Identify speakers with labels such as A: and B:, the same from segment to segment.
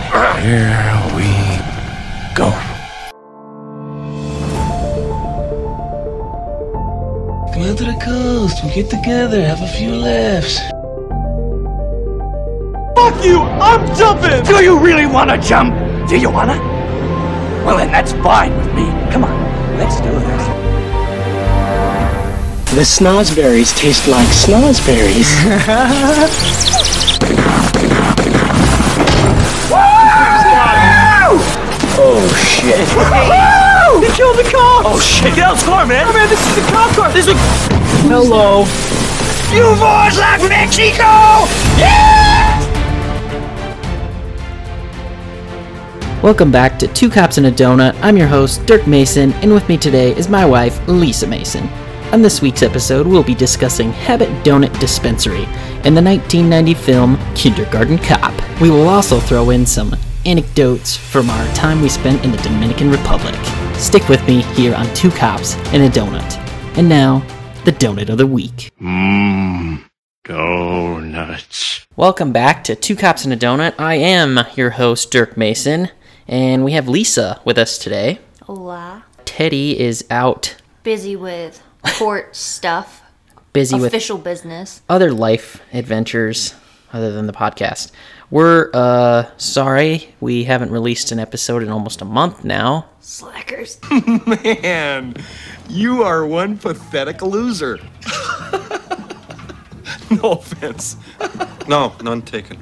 A: Here we go. Come out to the coast. We'll get together. Have a few laughs.
B: Fuck you! I'm jumping!
C: Do you really want to jump? Do you want to? Well, then that's fine with me. Come on, let's do this.
D: The snozberries taste like snozberries.
B: They killed the cop!
C: Oh shit! Get out of the car, man!
B: Oh man, this is the cop car! There's a
D: Hello.
C: You boys like Mexico?
E: Welcome back to Two Cops and a Donut. I'm your host, Dirk Mason, and with me today is my wife, Lisa Mason. On this week's episode, we'll be discussing Habit Donut Dispensary and the 1990 film Kindergarten Cop. We will also throw in some anecdotes from our time we spent in the Dominican Republic. Stick with me here on Two Cops and a Donut. And now, the Donut of the Week.
A: Donuts.
E: Welcome back to Two Cops and a Donut. I am your host, Dirk Mason, and we have Lisa with us today.
F: Hola.
E: Teddy is out
F: Busy with court stuff,
E: busy with
F: official business.
E: other life adventures other than the podcast. We're uh sorry we haven't released an episode in almost a month now.
F: Slackers.
B: man. You are one pathetic loser. no offense.
G: No, none taken.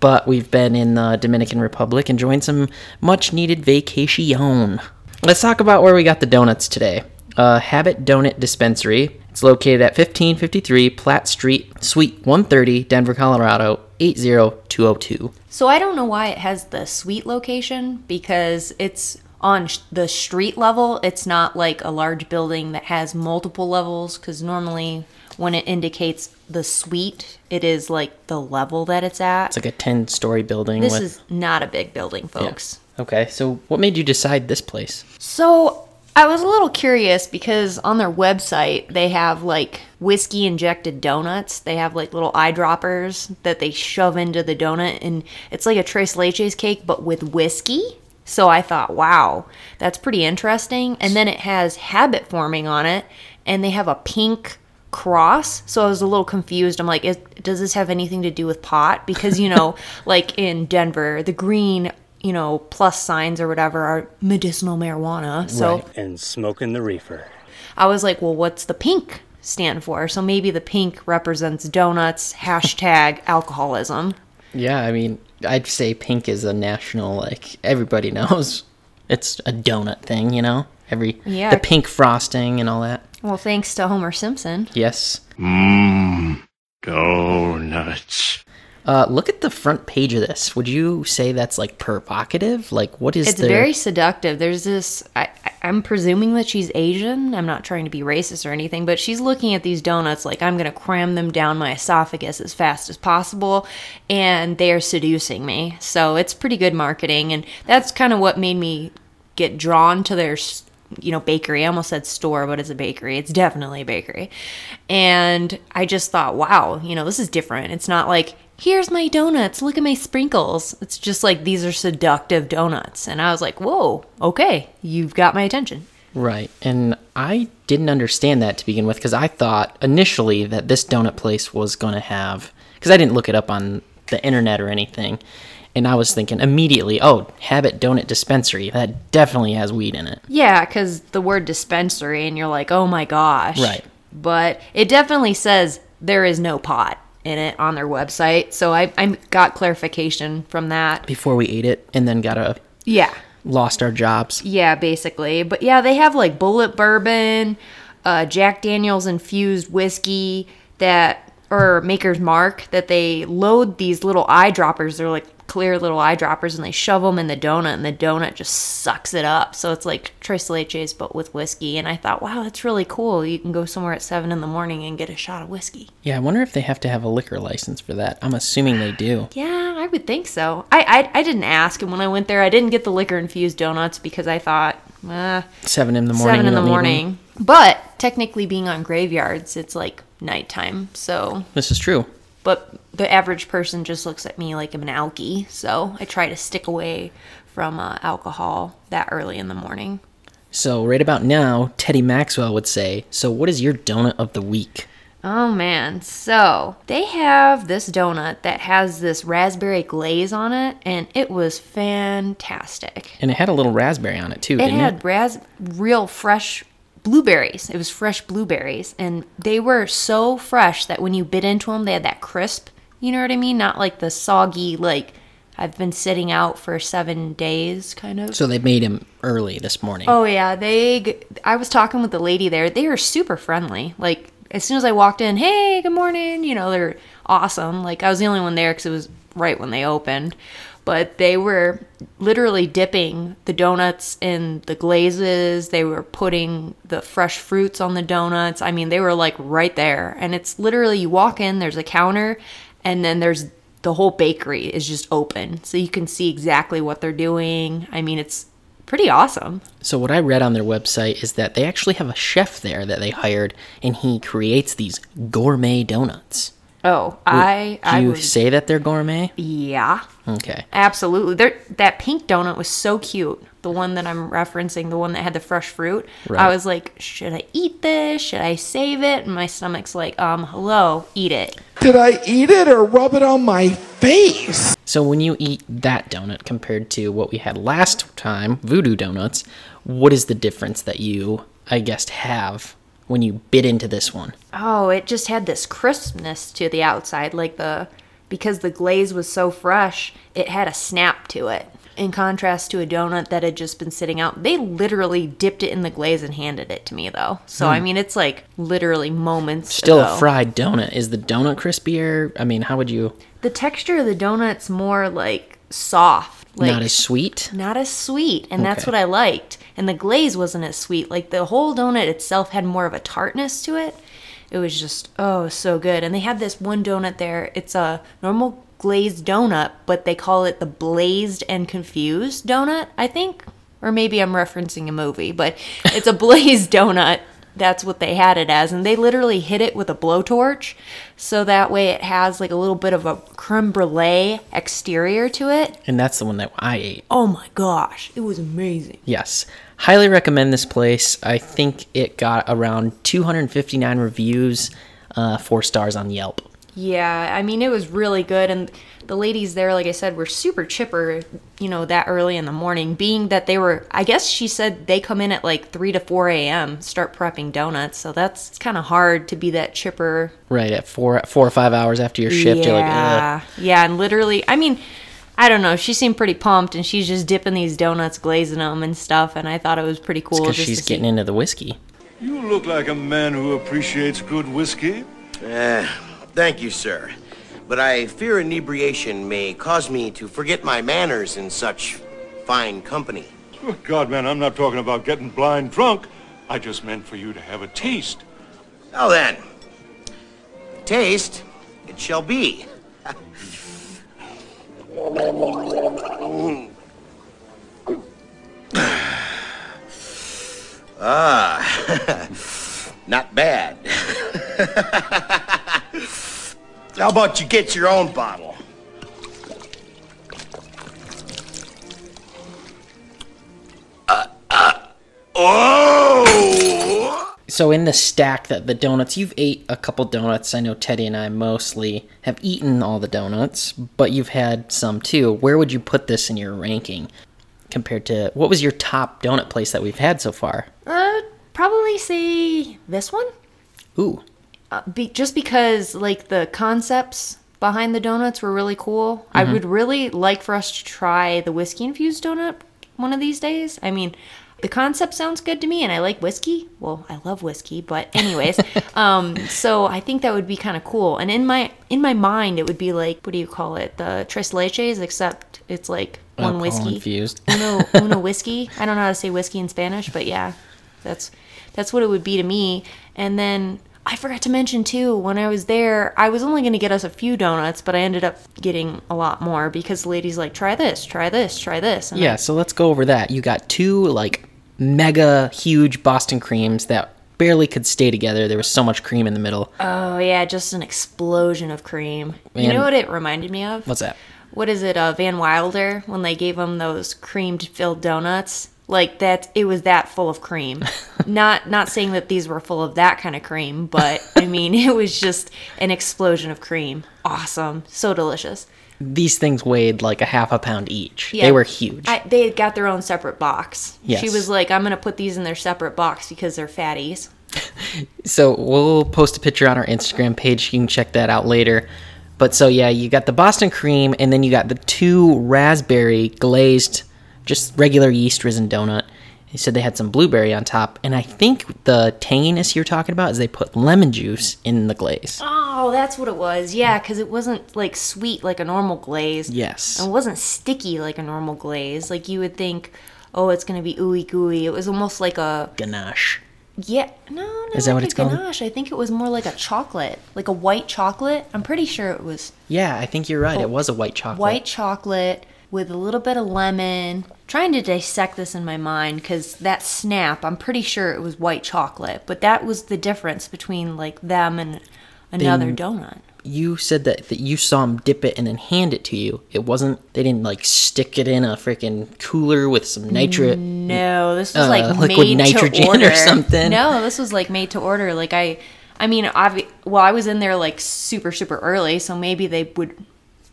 E: but we've been in the Dominican Republic enjoying some much needed vacation. Let's talk about where we got the donuts today. Uh, Habit Donut Dispensary. It's located at 1553 Platt Street, Suite 130, Denver, Colorado 80202.
F: So I don't know why it has the suite location because it's on sh- the street level. It's not like a large building that has multiple levels because normally when it indicates the suite, it is like the level that it's at.
E: It's like a 10 story building.
F: this
E: with,
F: is not a big building, folks.
E: okay, so what made you decide this place?
F: So I was a little curious because on their website they have like whiskey injected donuts. They have like little eyedroppers that they shove into the donut, and it's like a tres leches cake but with whiskey. So I thought, wow, that's pretty interesting. And then it has habit forming on it, and they have a pink cross so i was a little confused i'm like is, does this have anything to do with pot because you know like in denver the green you know plus signs or whatever are medicinal marijuana so
H: and smoking the reefer.
F: i was like well what's the pink stand for so maybe the pink represents donuts hashtag alcoholism
E: Yeah, I mean, I'd say pink is a national like everybody knows. It's a donut thing, you know. Every
F: Yeah.
E: the pink frosting and all that.
F: well thanks to homer simpson
E: Yes.
A: Donuts.
E: Uh, look at the front page of this. Would you say that's like provocative? Like, what is
F: it's
E: their-
F: very seductive there's this I, I- i'm presuming that she's asian i'm not trying to be racist or anything but she's looking at these donuts like i'm gonna cram them down my esophagus as fast as possible and they are seducing me so it's pretty good marketing and that's kind of what made me get drawn to their s- you know bakery i almost said store but it's a bakery it's definitely a bakery and i just thought wow you know this is different it's not like here's my donuts look at my sprinkles it's just like these are seductive donuts and i was like whoa okay you've got my attention
E: right? And I didn't understand that to begin with because I thought initially that this donut place was gonna have because I didn't look it up on the internet or anything, and I was thinking immediately, oh, Habit Donut Dispensary that definitely has weed in it.
F: yeah because the word dispensary and you're like oh my gosh
E: Right.
F: but it definitely says there is no pot in it on their website so i, I got clarification from that
E: before we ate it and then got a
F: yeah
E: lost our jobs.
F: Yeah, basically. But yeah, they have like bullet bourbon, uh, Jack Daniels infused whiskey that, or Maker's Mark, that they load these little eyedroppers. They're like clear little eyedroppers and they shove them in the donut and the donut just sucks it up. So it's like Tres Leches, but with whiskey. And I thought, wow, that's really cool. You can go somewhere at seven in the morning and get a shot of whiskey.
E: Yeah, I wonder if they have to have a liquor license for that. I'm assuming they do.
F: Yeah, I would think so. I, I, I didn't ask. And when I went there, I didn't get the liquor infused donuts because I thought, eh,
E: Seven in the morning.
F: seven in
E: you
F: the
E: don't need
F: morning.
E: one.
F: But technically, being on graveyards, it's like nighttime. So
E: This is true.
F: But the average person just looks at me like I'm an alkie, so I try to stick away from uh, alcohol that early in the morning.
E: So, right about now, Teddy Maxwell would say, So, what is your donut of the week?
F: Oh man, so they have this donut that has this raspberry glaze on it, and it was fantastic.
E: And it had a little raspberry on it, too,
F: It
E: didn't
F: had
E: it?
F: ras- real fresh blueberries. It was fresh blueberries, and they were so fresh that when you bit into them, they had that crisp. You know what I mean? Not like the soggy, like I've been sitting out for seven days kind of.
E: So, they made him early this morning.
F: Oh yeah, they. g- I was talking with the lady there. They were super friendly. Like as soon as I walked in, hey, good morning. You know, they're awesome. Like I was the only one there because it was right when they opened, but they were literally dipping the donuts in the glazes. They were putting the fresh fruits on the donuts. I mean, they were like right there. And it's literally you walk in, there's a counter, and then there's the whole bakery is just open, so you can see exactly what they're doing. I mean, it's pretty awesome.
E: So, what I read on their website is that they actually have a chef there that they hired, and he creates these gourmet donuts.
F: Oh, I,
E: Do
F: I
E: you
F: would,
E: say that they're gourmet?
F: yeah,
E: Okay.
F: absolutely. There, that pink donut was so cute. The one that I'm referencing, the one that had the fresh fruit.
E: Right.
F: I was like, should I eat this? Should I save it? And my stomach's like, um, hello, eat it.
A: Did I eat it or rub it on my face?
E: So, when you eat that donut compared to what we had last time, voodoo donuts, what is the difference that you, I guessed, have when you bit into this one?
F: Oh, it just had this crispness to the outside, like the because the glaze was so fresh, it had a snap to it. In contrast to a donut that had just been sitting out, they literally dipped it in the glaze and handed it to me though. So I mean, it's like literally moments.
E: Hmm. Still
F: ago.
E: a fried donut. Is the donut crispier? I mean, how would you.
F: The texture of the donut's more like soft, like
E: not as sweet?
F: not as sweet, and that's
E: Okay.
F: what I liked. And the glaze wasn't as sweet. Like the whole donut itself had more of a tartness to it. It was just oh so good. And they had this one donut there. It's a normal glazed donut, but they call it the blazed and confused donut, I think. Or maybe I'm referencing a movie, but it's a blazed donut. That's what they had it as. And they literally hit it with a blowtorch. So that way it has like a little bit of a creme brulee exterior to it.
E: And that's the one that I ate.
F: Oh my gosh, it was amazing.
E: Yes. Highly recommend this place. I think it got around 259 reviews, uh, four stars on Yelp.
F: Yeah, I mean, it was really good. And the ladies there, like I said, were super chipper, you know, that early in the morning, being that they were, I guess she said they come in at like 3 to 4 a.m., start prepping donuts. So that's it's kind of hard to be that chipper
E: Right at four, four or five hours after your shift, you're like, Ugh.
F: yeah, yeah, and literally, I mean, I don't know. She seemed pretty pumped, and she's just dipping these donuts, glazing them and stuff. And I thought it was pretty cool.
E: because
F: just
E: she's
F: to see-
E: getting into the whiskey.
I: You look like a man who appreciates good whiskey.
J: Thank you, sir. But I fear inebriation may cause me to forget my manners in such fine company.
I: Good Oh, God, man, I'm not talking about getting blind drunk. I just meant for you to have a taste.
J: Now then, taste it shall be. ah, not bad. How about you get your own bottle? Uh, uh, oh!
E: So in the stack that the donuts, you've ate a couple donuts. I know Teddy and I mostly have eaten all the donuts, but you've had some too. Where would you put this in your ranking compared to what was your top donut place that we've had so far?
F: Uh, probably say this one.
E: Ooh,
F: be, just because like the concepts behind the donuts were really cool. I
E: Mm-hmm.
F: would really like for us to try the whiskey infused donut one of these days. I mean, the concept sounds good to me and I like whiskey. Well, I love whiskey, but anyways, um so I think that would be kind of cool. And in my in my mind it would be like what do you call it? The tres leches except it's like one
E: alcohol
F: whiskey.
E: infused.
F: uno, uno whiskey. I don't know how to say whiskey in Spanish, but yeah, that's that's what it would be to me. And then I forgot to mention too, when I was there, I was only going to get us a few donuts, but I ended up getting a lot more because the ladies like try this, try this, try this. And
E: Yeah, so let's go over that. You got two like mega huge Boston creams that barely could stay together. There was so much cream in the middle.
F: Oh yeah, just an explosion of cream. you
E: Man.
F: know what it reminded me of?
E: What's that?
F: What is it? Uh, Van Wilder when they gave him those creamed filled donuts. Like that, it was that full of cream. not not saying that these were full of that kind of cream, but I mean it was just an explosion of cream. Awesome, so delicious.
E: These things weighed like a half a pound each.
F: Yeah.
E: They were huge.
F: I, they had got their own separate box.
E: Yes.
F: She was like, "I'm gonna put these in their separate box because they're fatties."
E: So we'll post a picture on our Instagram page. You can check that out later. But so yeah, you got the Boston cream, and then you got the two raspberry glazed, just regular yeast risen donut. He said they had some blueberry on top, and I think the tanginess you're talking about is they put lemon juice in the glaze.
F: Oh, that's what it was. Yeah, because it wasn't like sweet like a normal glaze.
E: Yes.
F: It wasn't sticky like a normal glaze. Like you would think, oh, it's gonna be ooey gooey. It was almost like a
E: Ganache.
F: yeah. No, no.
E: Is that what
F: like
E: it's
F: a
E: called?
F: Ganache. I think it was more like a chocolate, like a white chocolate. I'm pretty sure it was
E: Yeah, I think you're right. It was a white chocolate.
F: Oh, white chocolate with a little bit of lemon. Trying to dissect this in my mind because that snap, I'm pretty sure it was white chocolate, but that was the difference between like them and another donut.
E: You said that, that you saw them dip it and then hand it to you. It wasn't. They didn't like stick it in a freaking cooler with some nitrate.
F: No, this was
E: uh,
F: like
E: liquid
F: made
E: nitrogen
F: to
E: or
F: order.
E: something.
F: No, this was like made to order. Like I, I mean, obvi- well, I was in there like super super early, so maybe they would.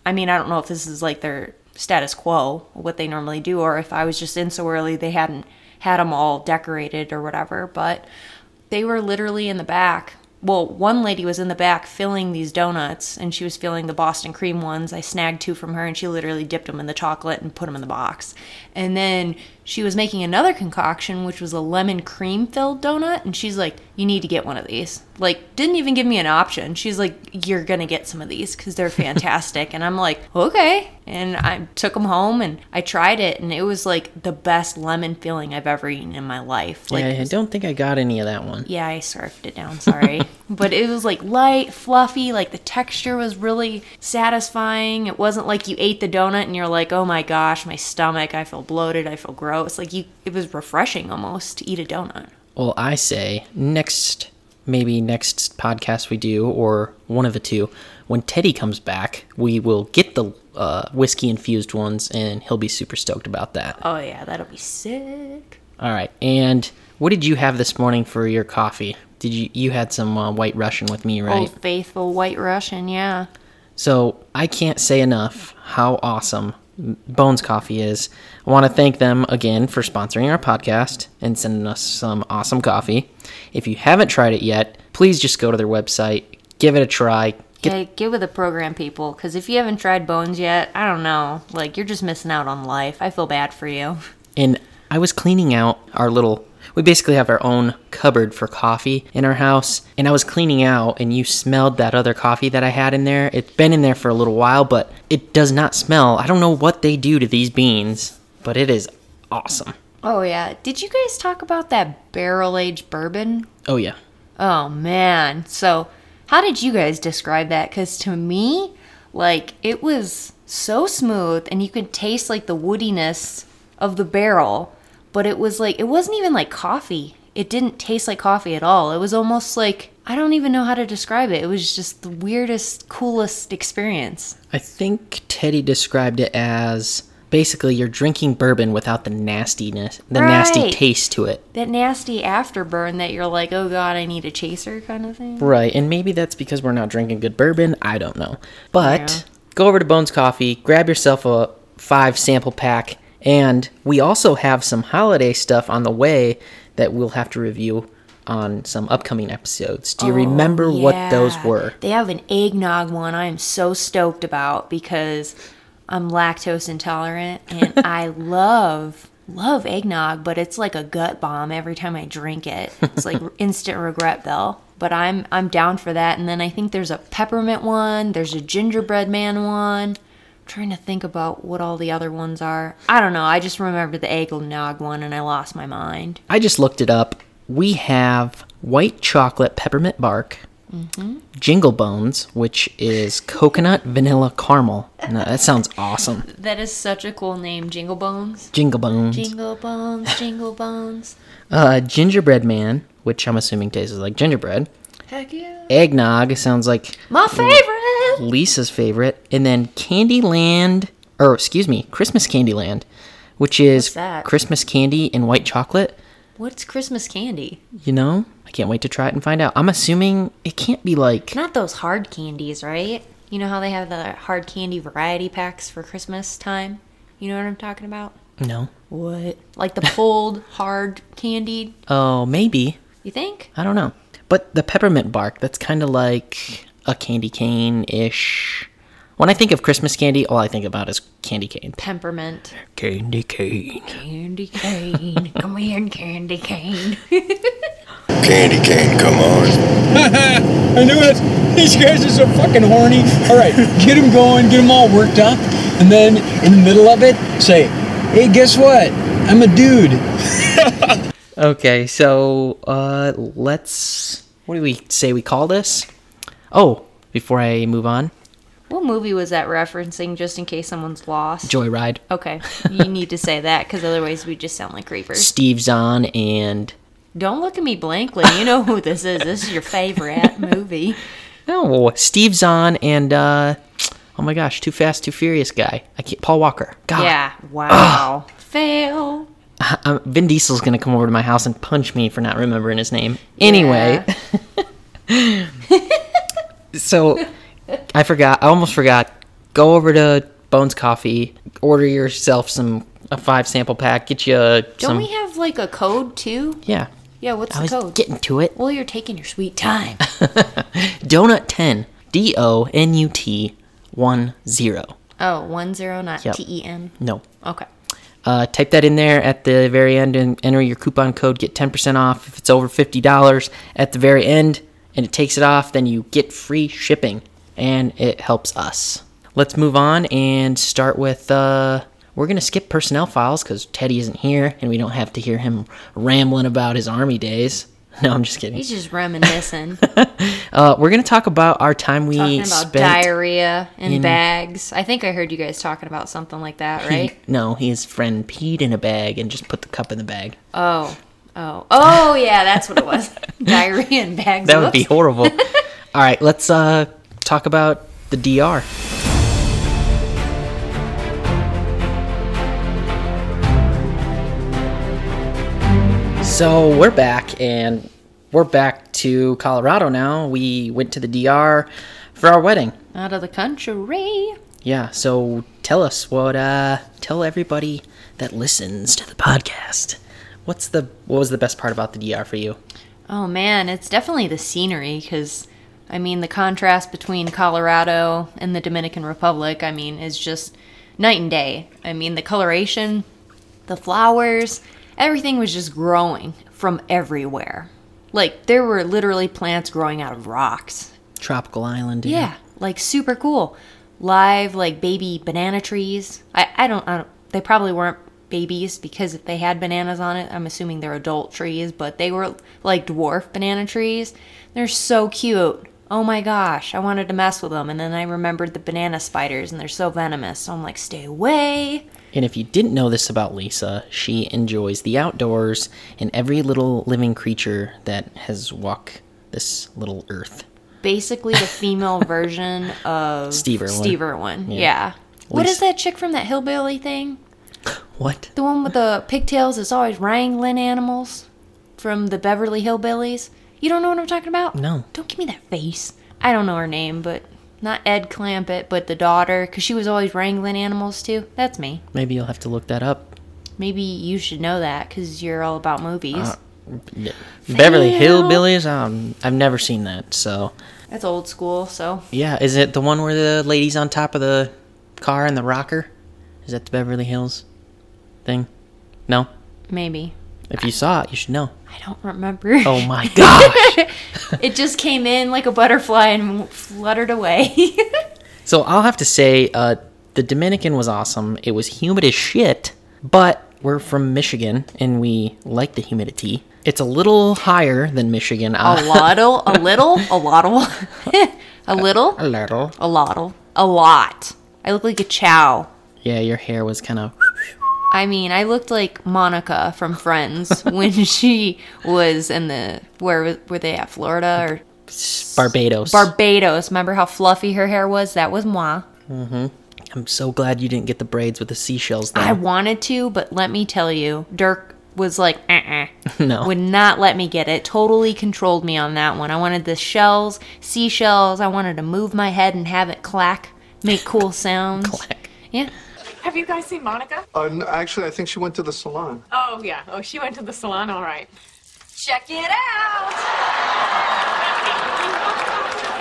F: I mean, I don't know if this is like their status quo, what they normally do, or if I was just in so early they hadn't had them all decorated or whatever. But they were literally in the back. Well, one lady was in the back filling these donuts, and she was filling the Boston cream ones. I snagged two from her, and she literally dipped them in the chocolate and put them in the box. And then she was making another concoction, which was a lemon cream filled donut, and she's like, "You need to get one of these." Like, didn't even give me an option. She's like, "You're gonna get some of these because they're fantastic." and I'm like, "Okay." And I took them home and I tried it, and it was like the best lemon filling I've ever eaten in my life. Like,
E: I don't think I got any of that one.
F: yeah, I surfed it down, sorry. but it was like light, fluffy, like the texture was really satisfying. It wasn't like you ate the donut and you're like, "Oh my gosh, my stomach, I feel bloated, I feel gross." Like you it was refreshing almost to eat a donut.
E: Well, I say next, maybe next podcast we do, or one of the two, when Teddy comes back, we will get the uh, whiskey infused ones, and he'll be super stoked about that.
F: Oh yeah, that'll be sick.
E: All right. And what did you have this morning for your coffee? Did you you had some uh, White Russian with me, right?
F: Old faithful white Russian, yeah.
E: So I can't say enough how awesome Bones Coffee is. I want to thank them again for sponsoring our podcast and sending us some awesome coffee. If you haven't tried it yet, please just go to their website, give it a try. Get,
F: Hey, get with the program people cuz if you haven't tried bones yet, I don't know. Like you're just missing out on life. I feel bad for you.
E: And I was cleaning out our little. We basically have our own cupboard for coffee in our house. And I was cleaning out, and you smelled that other coffee that I had in there. It's been in there for a little while, but it does not smell. I don't know what they do to these beans, but it is awesome.
F: Oh yeah. Did you guys talk about that barrel-aged bourbon
E: Oh yeah.
F: Oh man. So, how did you guys describe that? Cuz to me, like it was so smooth and you could taste like the woodiness of the barrel, but it was like it wasn't even like coffee. It didn't taste like coffee at all. It was almost like I don't even know how to describe it. It was just the weirdest, coolest experience.
E: I think Teddy described it as basically you're drinking bourbon without the nastiness, the nasty
F: Right.
E: taste to it.
F: That nasty afterburn that you're like, "Oh god, I need a chaser" kind of thing.
E: Right, and maybe that's because we're not drinking good bourbon. I don't know. But go over to Bones Coffee, grab yourself a five sample pack, and we also have some holiday stuff on the way that we'll have to review on some upcoming episodes. Do you remember what those
F: Oh, Yeah.
E: were?
F: They have an eggnog one I am so stoked about because I'm lactose intolerant and I love love eggnog, but it's like a gut bomb every time I drink it. It's like instant regret though. But I'm I'm down for that. And then I think there's a peppermint one, there's a gingerbread man one. I'm trying to think about what all the other ones are. I don't know. I just remember the eggnog one and I lost my mind.
E: I just looked it up. We have white chocolate peppermint bark, jingle bones, which is coconut vanilla caramel. No, that sounds awesome.
F: That is such a cool name, Jingle Bones.
E: Jingle bones.
F: Jingle bones, jingle bones.
E: uh, gingerbread man, which I'm assuming tastes like gingerbread.
F: Heck yeah.
E: Eggnog sounds like
F: My favorite.
E: Lisa's favorite, and then Candyland, or excuse me, Christmas Candyland, which is
F: that?
E: Christmas candy and white chocolate.
F: What's Christmas candy?
E: You know, I can't wait to try it and find out. I'm assuming it can't be like
F: Not those hard candies, right? You know how they have the hard candy variety packs for Christmas time? You know what I'm talking about?
E: no.
F: What? Like the pulled hard candied?
E: Oh, maybe
F: You think?
E: I don't know. But the peppermint bark, that's kind of like a candy cane ish. When I think of Christmas candy, all I think about is candy cane.
F: Peppermint.
E: Candy cane.
F: Candy cane. Come in, candy cane.
I: Candy cane, come on.
D: I knew it. These guys are so fucking horny. All right, get them going, get them all worked up, and then in the middle of it, say, "Hey, guess what? I'm a dude."
E: Okay, so uh, let's. What do we say we call this? Oh, before I move on,
F: what movie was that referencing just in case someone's lost?
E: Joyride,
F: okay. You need to say that because otherwise we just sound like creepers.
E: Steve Zahn, and.
F: Don't look at me blankly. You know who this is. This is your favorite movie.
E: No, oh, Steve Zahn and. Uh, oh my gosh, Too Fast, Too Furious guy. I can't, Paul Walker. God.
F: Yeah. Ah, Wow. Fail.
E: um, Vin Diesel's gonna come over to my house and punch me for not remembering his name. Anyway, so I forgot. I almost forgot. Go over to Bones Coffee, order yourself some a five sample pack. Get you uh,
F: Don't
E: some.
F: we have like a code too?
E: yeah,
F: Yeah, what's
E: I
F: the
E: was
F: code?
E: getting to it.
F: well, you're taking your sweet time.
E: Donut ten. D O N U T one zero.
F: Oh, one zero, not
E: Yep.
F: T E N.
E: No.
F: Okay.
E: Uh, type that in there at the very end and enter your coupon code. Get 10% off if it's over $50 at the very end, and it takes it off. Then you get free shipping, and it helps us. Let's move on and start with. Uh, we're going to skip personnel files because Teddy isn't here, and we don't have to hear him rambling about his army days. No, I'm just kidding.
F: He's just reminiscing,
E: Uh, we're going to talk about our time we
F: talking about
E: spent.
F: diarrhea and bags. I think I heard you guys talking about something like that,
E: He-
F: right?
E: no, his friend peed in a bag and just put the cup in the bag.
F: Oh, oh, oh, yeah, that's what it was. diarrhea and bags.
E: That would be
F: Whoops.
E: horrible. All right, let's uh, talk about the DR. So we're back, and we're back to Colorado now. We went to the DR for our wedding.
F: out of the country.
E: Yeah, so tell us what, uh, tell everybody that listens to the podcast. What's the, what was the best part about the DR for you?
F: Oh man, it's definitely the scenery because I mean the contrast between Colorado and the Dominican Republic, I mean, is just night and day. I mean, the coloration, the flowers, everything was just growing from everywhere. Like there were literally plants growing out of rocks.
E: Tropical Island.
F: Yeah, like super cool. Live like baby banana trees. I I don't, I don't they probably weren't babies because if they had bananas on it, I'm assuming they're adult trees, but they were like dwarf banana trees. They're so cute. Oh my gosh, I wanted to mess with them and then I remembered the banana spiders and they're so venomous. So I'm like, "Stay away."
E: And if you didn't know this about Lisa, she enjoys the outdoors and every little living creature that has walked this little earth.
F: Basically the female version of
E: Steve Irwin.
F: Steve Irwin. Yeah. What is
E: Lisa-
F: that chick from that hillbilly thing?
E: What?
F: The one with the pigtails that's always wrangling animals from the Beverly Hillbillies. You don't know what I'm talking about?
E: No.
F: Don't give me that face. I don't know her name, but not Ed Clampett, but the daughter, because she was always wrangling animals too. That's me.
E: Maybe you'll have to look that up.
F: Maybe you should know that because you're all about movies.
E: Uh. Beverly
F: Fail.
E: Hillbillies? Um, I've never seen that. So,
F: that's old school, so
E: yeah, is it the one where the lady's on top of the car and the rocker? Is that the Beverly Hills thing? No?
F: maybe.
E: If you saw it, you should know.
F: I don't remember.
E: Oh my gosh!
F: It just came in like a butterfly and fluttered away.
E: So I'll have to say, uh, the Dominican was awesome. It was humid as shit, but we're from Michigan and we like the humidity. It's a little higher than Michigan.
F: a lottle, a little, a lottle, a little.
E: a little.
F: A lot. A lot. I look like a chow.
E: Yeah, your hair was kind of.
F: I mean, I looked like Monica from Friends when she was in the where were they at Florida or
E: Barbados.
F: Barbados? Remember how fluffy her hair was? That was moi.
E: I'm so glad you didn't get the braids with the seashells. Then.
F: I wanted to, but let me tell you, Dirk was like, uh uh
E: No.
F: Would not let me get it. Totally controlled me on that one. I wanted the shells, seashells. I wanted to move my head and have it clack, make cool sounds.
E: Clack.
F: Yeah.
K: Have you guys seen Monica?
L: Uh, n- actually, I think she went to the salon.
K: Oh, yeah. Oh, she went to the salon, all right. Check it out!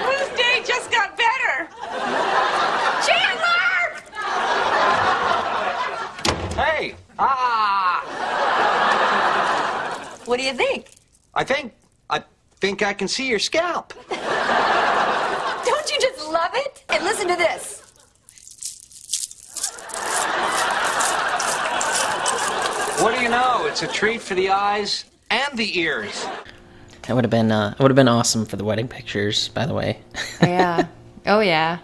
K: Whose day just got better? Chandler!
M: Hey! Ah! What do you think? I think. I think I can see your scalp.
K: Don't you just love it? And listen to this.
M: What do you know? It's a treat for the eyes and the ears.
E: That would have been uh, it would have been awesome for the wedding pictures. By the way,
F: Yeah. oh, yeah.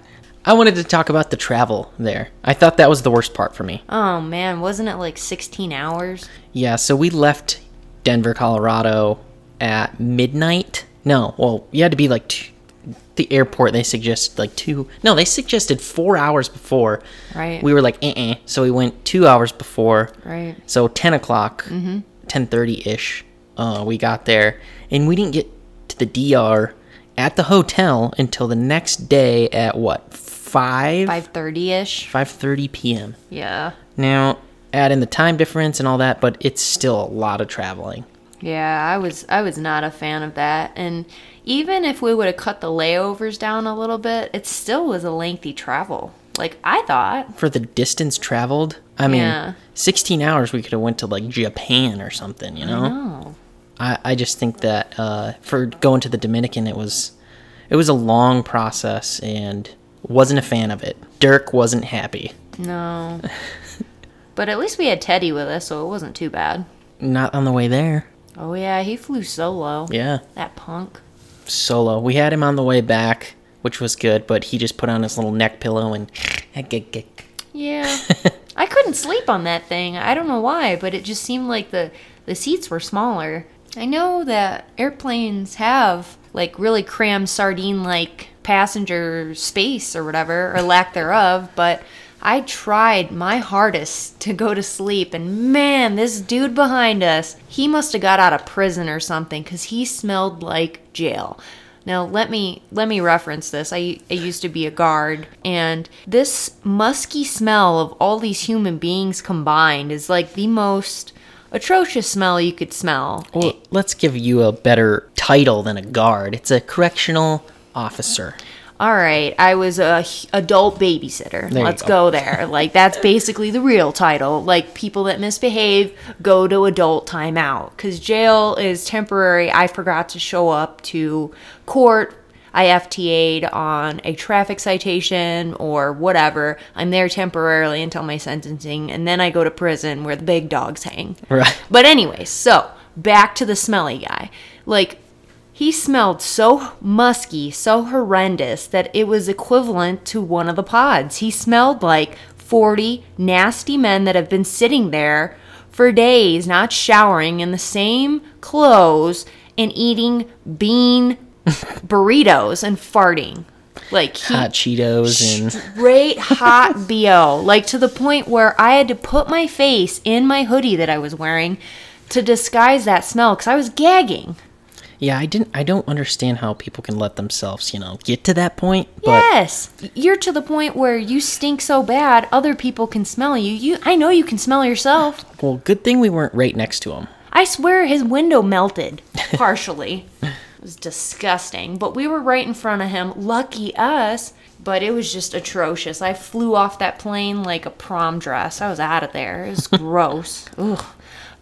E: I wanted to talk about the travel there. I thought that was the worst part for me.
F: Oh, man. Wasn't it like 16 hours?
E: Yeah, so we left Denver, Colorado at midnight. No, well, you had to be like t- the airport. They suggested like two. No, they suggested four hours before.
F: Right.
E: We were like, uh, uh so we went two hours before.
F: Right.
E: So ten o'clock,
F: Mhm.
E: ten thirty ish. Uh, we got there, and we didn't get to the DR at the hotel until the next day at what five
F: 5.30 ish?
E: five thirty p.m.
F: Yeah.
E: Now, add in the time difference and all that, but it's still a lot of traveling.
F: Yeah, I was I was not a fan of that. And even if we would have cut the layovers down a little bit, it still was a lengthy travel. Like I thought.
E: For the distance traveled, I mean,
F: Yeah.
E: 16 hours we could have went to like Japan or something, you know?
F: I know.
E: I, I just think that uh, for going to the Dominican, it was it was a long process and wasn't a fan of it. Dirk wasn't happy.
F: No. but at least we had Teddy with us, so it wasn't too bad.
E: Not on the way there.
F: Oh yeah, he flew solo.
E: Yeah.
F: That punk.
E: Solo. We had him on the way back, which was good, but he just put on his little neck pillow and
F: Yeah. I couldn't sleep on that thing. I don't know why, but it just seemed like the the seats were smaller. I know that airplanes have like really crammed sardine like passenger space or whatever or lack thereof, but I tried my hardest to go to sleep and man, this dude behind us, he must have got out of prison or something cuz he smelled like jail. Now let me let me reference this. I, I used to be a guard, and this musky smell of all these human beings combined is like the most atrocious smell you could smell.
E: Well, let's give you a better title than a guard. It's a correctional officer.
F: All right, I was a h- adult babysitter.
E: There you
F: Let's
E: go.
F: go. there. Like that's basically the real title. Like people that misbehave go to adult timeout cuz jail is temporary. I forgot to show up to court. I FTA'd on a traffic citation or whatever. I'm there temporarily until my sentencing and then I go to prison where the big dogs hang.
E: Right.
F: But anyway, so back to the smelly guy. Like he smelled so musky, so horrendous that it was equivalent to one of the pods. He smelled like 40 nasty men that have been sitting there for days, not showering in the same clothes and eating bean burritos and farting. Like he
E: Hot Cheetos and
F: straight hot BO, like to the point where I had to put my face in my hoodie that I was wearing to disguise that smell because I was gagging.
E: yeah, I didn't. I don't understand how people can let themselves, you know, get to that point. But
F: yes, you're to the point where you stink so bad other people can smell you. You, I know you can smell yourself.
E: well, good thing we weren't right next to him.
F: I swear his window melted partially. it was disgusting, but we were right in front of him. Lucky us, but it was just atrocious. I flew off that plane like a prom dress. I was out of there. It was gross. Ugh.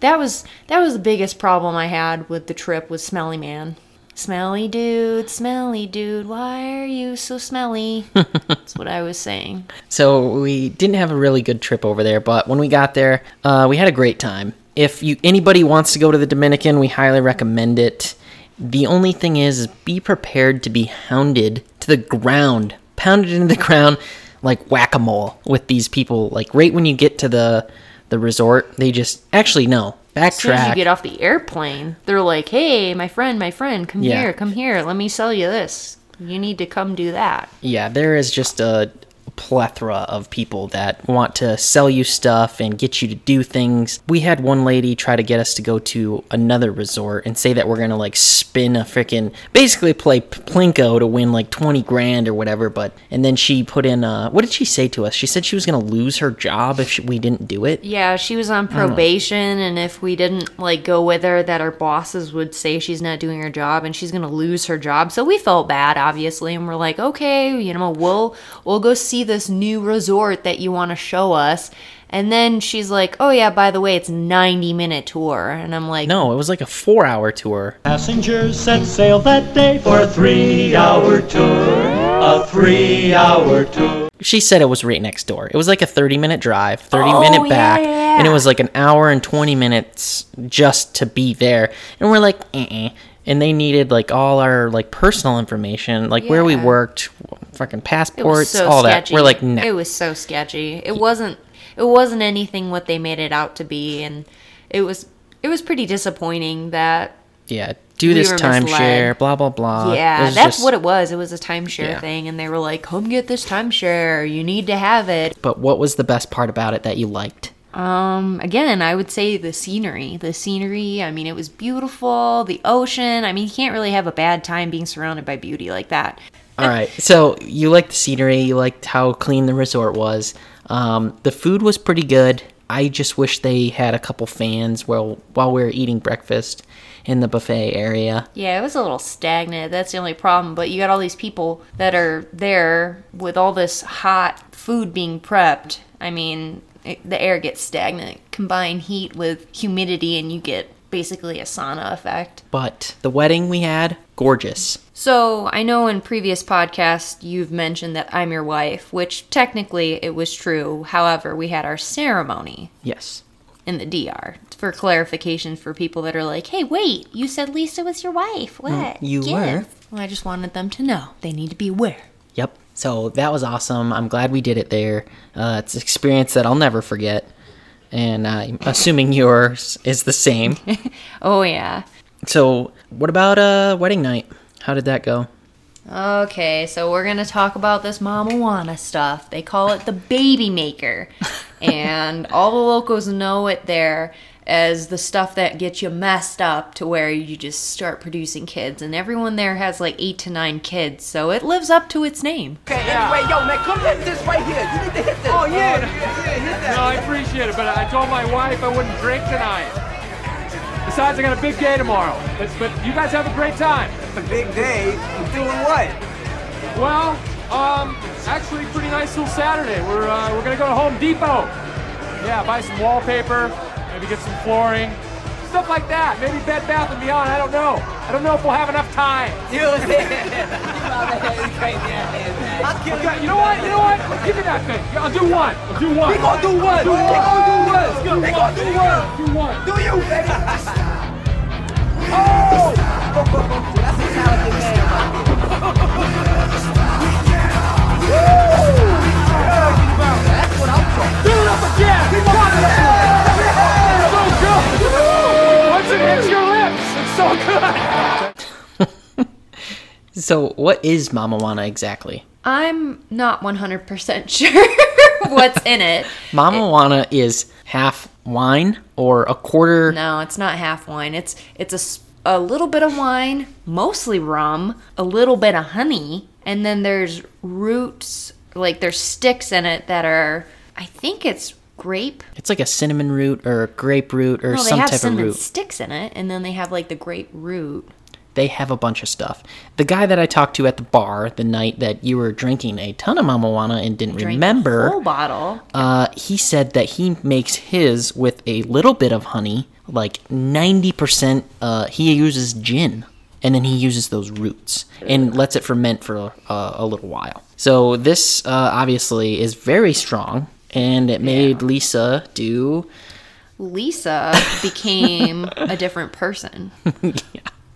F: That was that was the biggest problem I had with the trip was smelly man. Smelly dude, smelly dude, why are you so smelly? That's what I was saying.
E: So we didn't have a really good trip over there. But when we got there, uh, we had a great time. If you anybody wants to go to the Dominican, we highly recommend it. The only thing is, is be prepared to be hounded to the ground, pounded into the ground like whack a mole with these people. Like right when you get to the the resort. They just actually no
F: As soon as you
E: backtrack.
F: get off the airplane, they're like, "Hey, my friend, my friend, come
E: Yeah.
F: here, come here. Let me sell you this. You need to come do that."
E: yeah, there is just a plethora of people that want to sell you stuff and get you to do things. We had one lady try to get us to go to another resort and say that we're going to like spin a freaking basically play p- plinko to win like 20 grand or whatever, but and then she put in uh what did she say to us? She said she was going to lose her job if she, we didn't do it.
F: Yeah, she was on
E: I don't know.
F: probation, and if we didn't like go with her, that our bosses would say she's not doing her job, and she's gonna lose her job. So we felt bad, obviously, and we're like, okay, you know, we'll we'll go see this new resort that you want to show us. And then she's like, oh yeah, by the way, it's ninety minute tour, and I'm like,
E: No, it was like a 4-hour tour.
N: Passengers set sail that day for a three hour tour. A three hour tour.
E: She said it was right next door. It was like a 30 minute drive, 30
F: Oh,
E: minute
N: yeah,
E: back,
N: yeah,
E: and it was like an hour and 20 minutes just to be there. And we're like, uh and they needed like all our like personal information, like where we
F: Yeah.
E: worked, fucking
F: It was
E: passports,
F: so
E: all that.
F: sketchy.
E: We're like, nah.
F: It was so sketchy. It wasn't. It wasn't anything what they made it out to be, and it was. It was pretty disappointing that.
E: yeah, do
F: we
E: this
F: were
E: timeshare,
F: misled.
E: blah blah blah. Uh, It
F: yeah,
E: was
F: that's
E: just-
F: what it was. It was a timeshare
E: Yeah.
F: thing, and they were like, "Come get this timeshare. You need to have it."
E: But what was the best part about it that you liked?
F: Um, again, I would say the scenery. The scenery. I mean, it was beautiful. The ocean. I mean, you can't really have a bad time being surrounded by beauty like that.
E: All right. So you liked the scenery. You liked how clean the resort was. Um, the food was pretty good. I just wish they had a couple fans while while we were eating breakfast in the buffet area.
F: Yeah, it was a little stagnant. That's the only problem. But you got all these people that are there with all this hot food being prepped. I mean, it, the air gets stagnant. Combine heat with humidity, and you get basically a sauna effect.
E: But the wedding we had, gorgeous.
F: So, I know in previous podcasts you've mentioned that I'm your wife, which technically it was true. However, we had our ceremony
E: Yes.
F: in the DR for clarification for people that are like, hey, wait, you said Lisa was your wife. What?
E: Mm, you
F: Give."
E: were.
F: Well, I just wanted them to know. They need to be aware.
E: Yep. So that was awesome. I'm glad we did it there. Uh, it's an experience that I'll never forget. And I'm assuming yours is the same.
F: Oh, yeah.
E: so what about uh, wedding night? How did that go?
F: Okay, so we're gonna talk about this Mama Juana stuff. They call it the baby maker, and all the locals know it there as the stuff that gets you messed up to where you just start producing kids. And everyone there has like eight to nine kids, so it lives up to its name.
C: Anyway, yo, man, come hit this right here. You need to hit this.
O: Oh, yeah. Oh, yeah,
C: hit
O: No, I appreciate it, but I told my wife I wouldn't drink tonight. Besides, I got a big day tomorrow. But, but you guys have a great time. A big day? Doing what? Well, um, actually, pretty nice little Saturday. We're uh, we're gonna go to Home Depot. Yeah, buy some wallpaper, maybe get some flooring, stuff like that. Maybe Bed Bath and Beyond. I don't know. I don't know if we'll have enough time. You Okay, you know what? You know what? Give me that thing. I'll do one. I'll do one.
C: We gonna do one.
O: Do
C: We gonna do one. We
O: Do one.
C: gonna
O: Do
C: do
O: one. Do one.
C: Do you, baby?
O: Once it hits your lips, it's so good.
E: So what is Mama Juana exactly?
F: I'm not 100% sure what's in it.
E: Mama Juana is half wine or a quarter.
F: No, it's not half wine. It's it's a s- a, little bit of wine, mostly rum, a little bit of honey, and then there's roots, like there's sticks in it that are I think it's grape.
E: It's like a cinnamon root or a grape root or
F: no, they
E: some
F: have
E: type of
F: cinnamon
E: root.
F: sticks in it, and then they have like the grape root.
E: they have a bunch of stuff. The guy that I talked to at the bar the night that you were drinking a ton of Mama Juana and didn't
F: Drank the
E: remember,
F: whole bottle.
E: uh, he said that he makes his with a little bit of honey, like 90%. Uh, he uses gin and then he uses those roots and lets it ferment for uh, a little while. So this uh, obviously is very strong and it made Lisa do.
F: Lisa became a different person.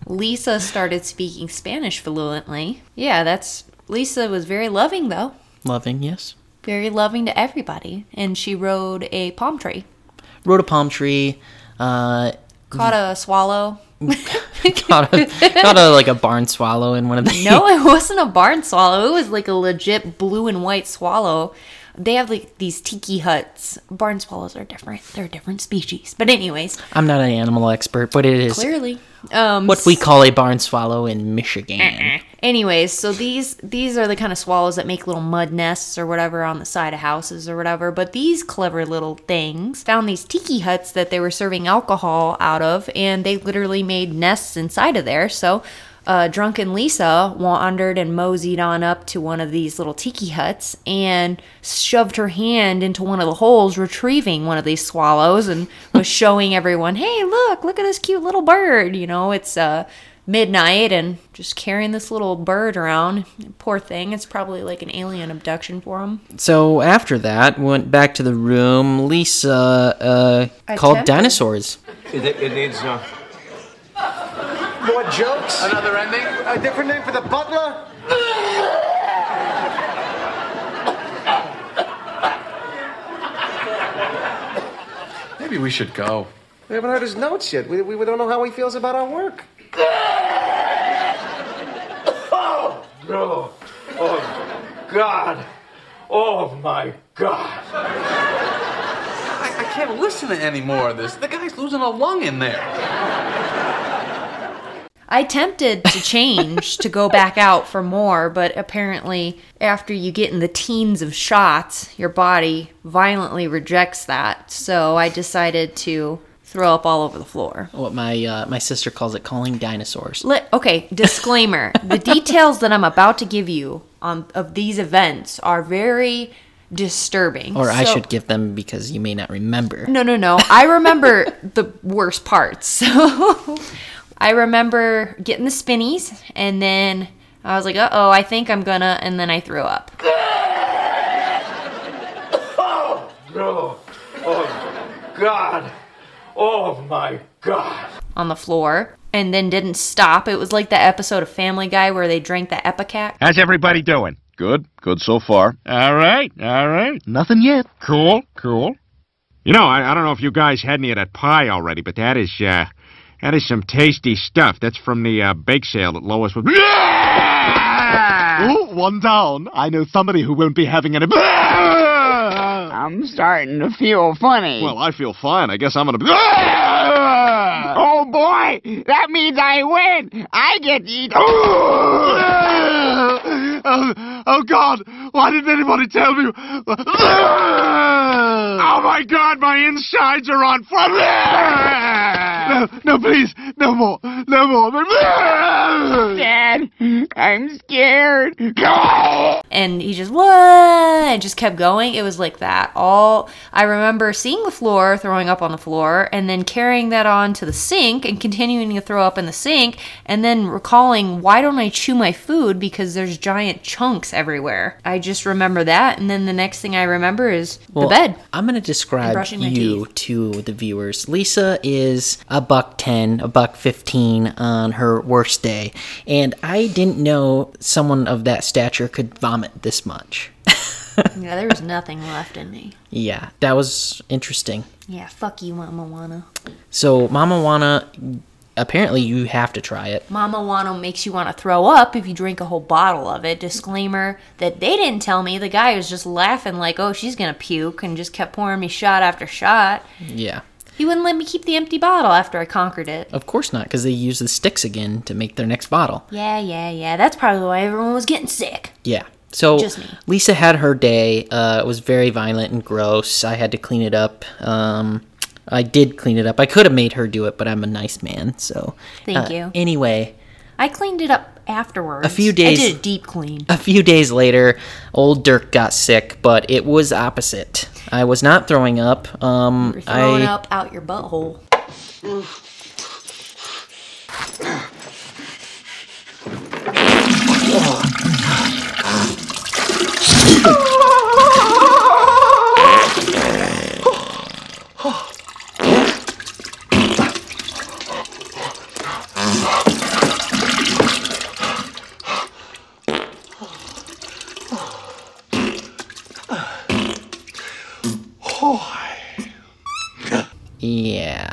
F: Lisa started speaking Spanish fluently. Yeah, that's Lisa was very loving though.
E: Loving, yes.
F: very loving to everybody, and she rode a palm tree.
E: rode a palm tree, uh,
F: Caught a swallow.
E: caught a, caught a like a barn swallow in one of the
F: No, it wasn't a barn swallow. It was like a legit blue and white swallow. They have like these tiki huts. Barn swallows are different. They're a different species. But anyways,
E: I'm not an animal expert, but it is
F: clearly, um,
E: what we call a barn swallow in Michigan.
F: Uh-uh. Anyways, so these these are the kind of swallows that make little mud nests or whatever on the side of houses or whatever. But these clever little things found these tiki huts that they were serving alcohol out of, and they literally made nests inside of there. So, uh, drunken Lisa wandered and moseyed on up to one of these little tiki huts and shoved her hand into one of the holes, retrieving one of these swallows, and was showing everyone, "Hey, look! Look at this cute little bird! You know, it's uh." midnight and just carrying this little bird around. Poor thing. It's probably like an alien abduction for him.
E: So after that, went back to the room. Lisa uh,
F: I
E: called
F: tempted-
E: dinosaurs.
P: It, it needs uh, no.
M: More jokes? Another ending? A different name for the butler?
B: Maybe we should go.
M: We haven't heard his notes yet. We, we, we don't know how he feels about our work.
P: Oh no! Oh God! Oh my God!
Q: I, I can't listen to any more of this. The guy's losing a lung in there.
F: I tempted to change to go back out for more, but apparently, after you get in the teens of shots, your body violently rejects that. So I decided to throw up all over the floor.
E: What my uh, my sister calls it calling dinosaurs.
F: Let, okay, disclaimer. the details that I'm about to give you on of these events are very disturbing.
E: Or I
F: So-
E: should give them because you may not remember.
F: No, no, no. I remember the worst parts. So I remember getting the spinnies, and then I was like, uh oh, I think I'm gonna, and then I threw up.
P: Oh no! Oh God! Oh my God!
F: on the floor and then didn't stop. It was like that episode of Family Guy where they drank the Epicac.
R: How's everybody doing? Good, good so far. All right, all right. Nothing yet. Cool, cool.
S: You know, I, I don't know if you guys had any of that pie already, but that is, uh, that is some tasty stuff. That's from the uh, bake sale that Lois was.
T: Ooh, one down. I know somebody who won't be having any. I'm starting to feel funny.
R: Well, I feel fine. I guess I'm gonna.
T: oh boy, that means I win. I get to eat. oh, oh God, why didn't anybody tell me?
R: Oh my God, my insides are on fire!
T: No, please, no more, no more. Dad, I'm scared.
F: And he just what and just kept going. It was like that. All I remember seeing the floor, throwing up on the floor, and then carrying that on to the sink and continuing to throw up in the sink, and then recalling why don't I chew my food because there's giant chunks everywhere. I just remember that, and then the next thing I remember is
E: Well,
F: the bed.
E: I'm gonna describe
F: And brushing my
E: you to the viewers. Lisa is a buck ten, a buck fifteen on her worst day, and I didn't know someone of that stature could vomit this much.
F: yeah, there was nothing left in me.
E: Yeah, that was interesting.
F: Yeah, fuck you, Mama Wanna.
E: So, Mama Wanna, apparently you have to try it.
F: Mama Wano makes you want to throw up if you drink a whole bottle of it. Disclaimer that they didn't tell me. The guy was just laughing, like, oh, she's going to puke, and just kept pouring me shot after shot.
E: Yeah,
F: He wouldn't let me keep the empty bottle after I conquered it.
E: of course not, because they use the sticks again to make their next bottle.
F: Yeah, yeah, yeah. That's probably why everyone was getting sick.
E: Yeah. So
F: Just me.
E: Lisa had her day. Uh, it was very violent and gross. I had to clean it up. Um, I did clean it up. I could have made her do it, but I'm a nice man. So
F: Thank
E: uh,
F: you.
E: Anyway,
F: I cleaned it up afterwards.
E: a few days.
F: I did a deep clean.
E: A few days later, old Dirk got sick, but it was opposite. I was not throwing up. Um,
F: Throwing
E: I
F: up out your butthole.
E: Yeah.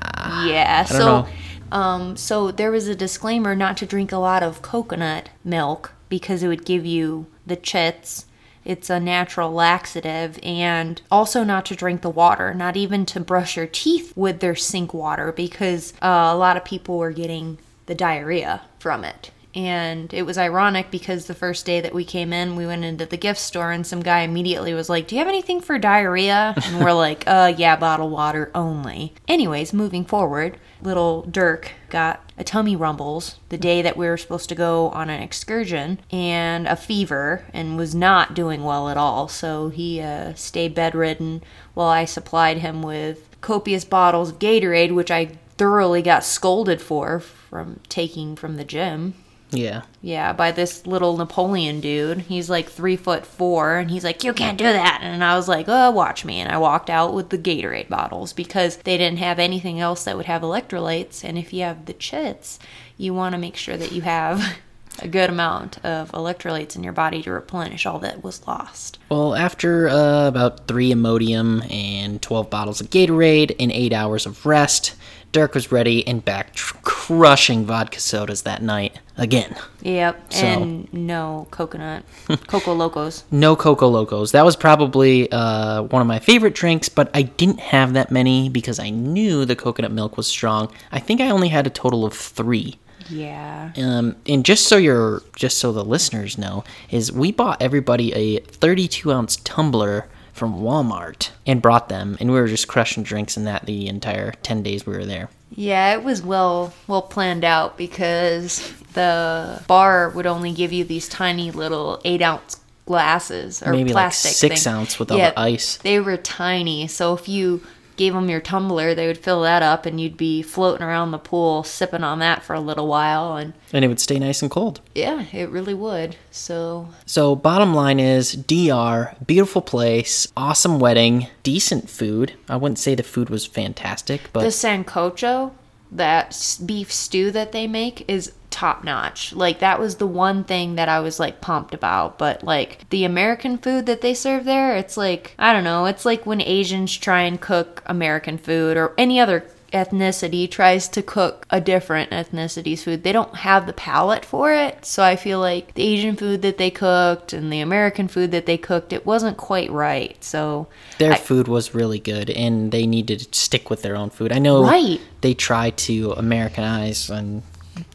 F: Yeah.
E: I don't
F: So,
E: know.
F: um, so there was a disclaimer not to drink a lot of coconut milk because it would give you the chits. It's a natural laxative, and also not to drink the water, not even to brush your teeth with their sink water because uh, a lot of people were getting the diarrhea from it. And it was ironic because the first day that we came in, we went into the gift store, and some guy immediately was like, Do you have anything for diarrhea? And we're like, Uh, yeah, bottled water only. Anyways, moving forward, little Dirk got a tummy rumbles the day that we were supposed to go on an excursion and a fever and was not doing well at all. So he uh, stayed bedridden while I supplied him with copious bottles of Gatorade, which I thoroughly got scolded for from taking from the gym.
E: Yeah.
F: Yeah, by this little Napoleon dude. He's like three foot four, and he's like, You can't do that. And I was like, Oh, watch me. And I walked out with the Gatorade bottles because they didn't have anything else that would have electrolytes. And if you have the chits, you want to make sure that you have a good amount of electrolytes in your body to replenish all that was lost.
E: Well, after uh, about three Imodium and 12 bottles of Gatorade and eight hours of rest, Dirk was ready and back tr- crushing vodka sodas that night again.
F: Yep.
E: So-
F: And no coconut, Coco Locos.
E: No Coco Locos. That was probably uh, one of my favorite drinks, but I didn't have that many because I knew the coconut milk was strong. I think I only had a total of three.
F: Yeah.
E: Um, and just so you're, just so the listeners know, is we bought everybody a 32 ounce tumbler from Walmart and brought them, and we were just crushing drinks in that the entire 10 days we were there.
F: Yeah, it was well well planned out because the bar would only give you these tiny little eight ounce glasses or
E: Maybe like
F: plastic
E: six
F: thing.
E: ounce with all
F: Yeah,
E: the ice.
F: They were tiny, so if you gave them your tumbler, they would fill that up, and you'd be floating around the pool sipping on that for a little while, and
E: and it would stay nice and cold.
F: yeah, it really would. So
E: So, bottom line is DR, beautiful place, awesome wedding, decent food. I wouldn't say the food was fantastic, but
F: the sancocho that s- beef stew that they make is top notch like that was the one thing that i was like pumped about but like the american food that they serve there it's like i don't know it's like when asians try and cook american food or any other ethnicity tries to cook a different ethnicity's food they don't have the palate for it so i feel like the asian food that they cooked and the american food that they cooked it wasn't quite right so
E: their
F: I-
E: food was really good and they need to stick with their own food. I know
F: Right.
E: they try to Americanize and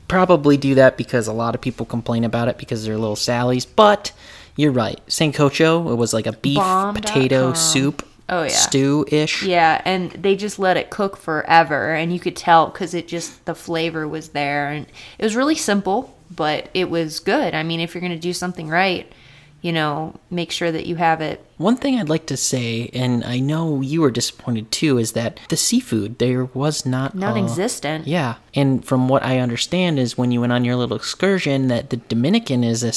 E: probably do that because a lot of people complain about it because they're little Sally's, but you're right. Sancocho, it was like a beef
F: Bomb.com.
E: potato soup
F: Oh, yeah.
E: stew ish.
F: Yeah, and they just let it cook forever, and you could tell because it just the flavor was there, and it was really simple, but it was good. I mean, if you're gonna do something right, you know, make sure that you have it.
E: One thing I'd like to say, and I know you were disappointed too, is that the seafood there was not
F: Non-existent.
E: Uh, yeah, and from what I understand is when you went on your little excursion, that the Dominican is a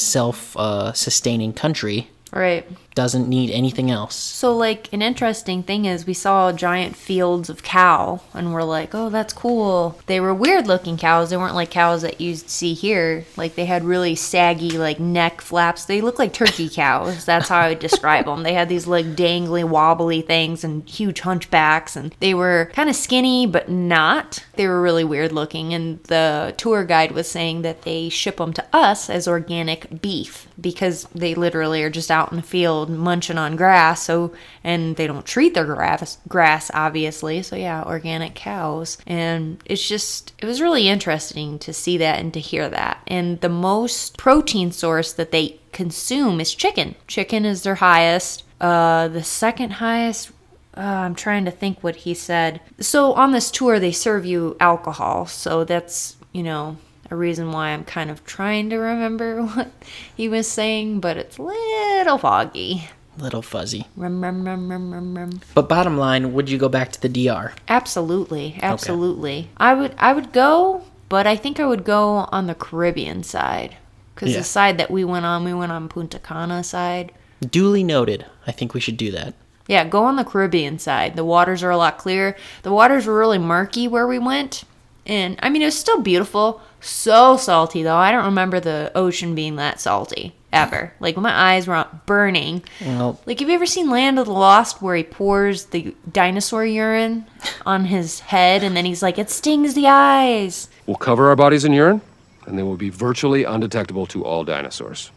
E: self-sustaining country,
F: Right.
E: doesn't need anything else.
F: So, like, an interesting thing is we saw giant fields of cow, and we're like, oh, that's cool. They were weird looking cows. They weren't like cows that you see here. Like, they had really saggy, like, neck flaps. They looked like turkey cows. That's how I would describe them. They had these, like, dangly, wobbly things and huge hunchbacks, and they were kind of skinny, but not. They were really weird looking, and the tour guide was saying that they ship them to us as organic beef because they literally are just out in the field munching on grass so and they don't treat their grass grass obviously so yeah organic cows and it's just it was really interesting to see that and to hear that and the most protein source that they consume is chicken chicken is their highest uh the second highest uh, I'm trying to think what he said. So on this tour, they serve you alcohol. So that's, you know, a reason why I'm kind of trying to remember what he was saying, but it's little foggy.
E: Little fuzzy.
F: Rum, rum, rum, rum, rum, rum.
E: But bottom line, would you go back to the DR?
F: Absolutely, absolutely. I would, I would go, but I think I would go on the Caribbean side because
E: Yeah.
F: the side that we went on, we went on Punta Cana side.
E: Duly noted. I think we should do that.
F: Yeah, go on the Caribbean side. The waters are a lot clearer. The waters were really murky where we went. And I mean, it was still beautiful, So salty though. I don't remember the ocean being that salty ever. Like my eyes were burning.
E: Well,
F: Like, have you ever seen Land of the Lost where he pours the dinosaur urine on his head and then he's like, it stings the eyes?
U: We'll cover our bodies in urine, and they will be virtually undetectable to all dinosaurs.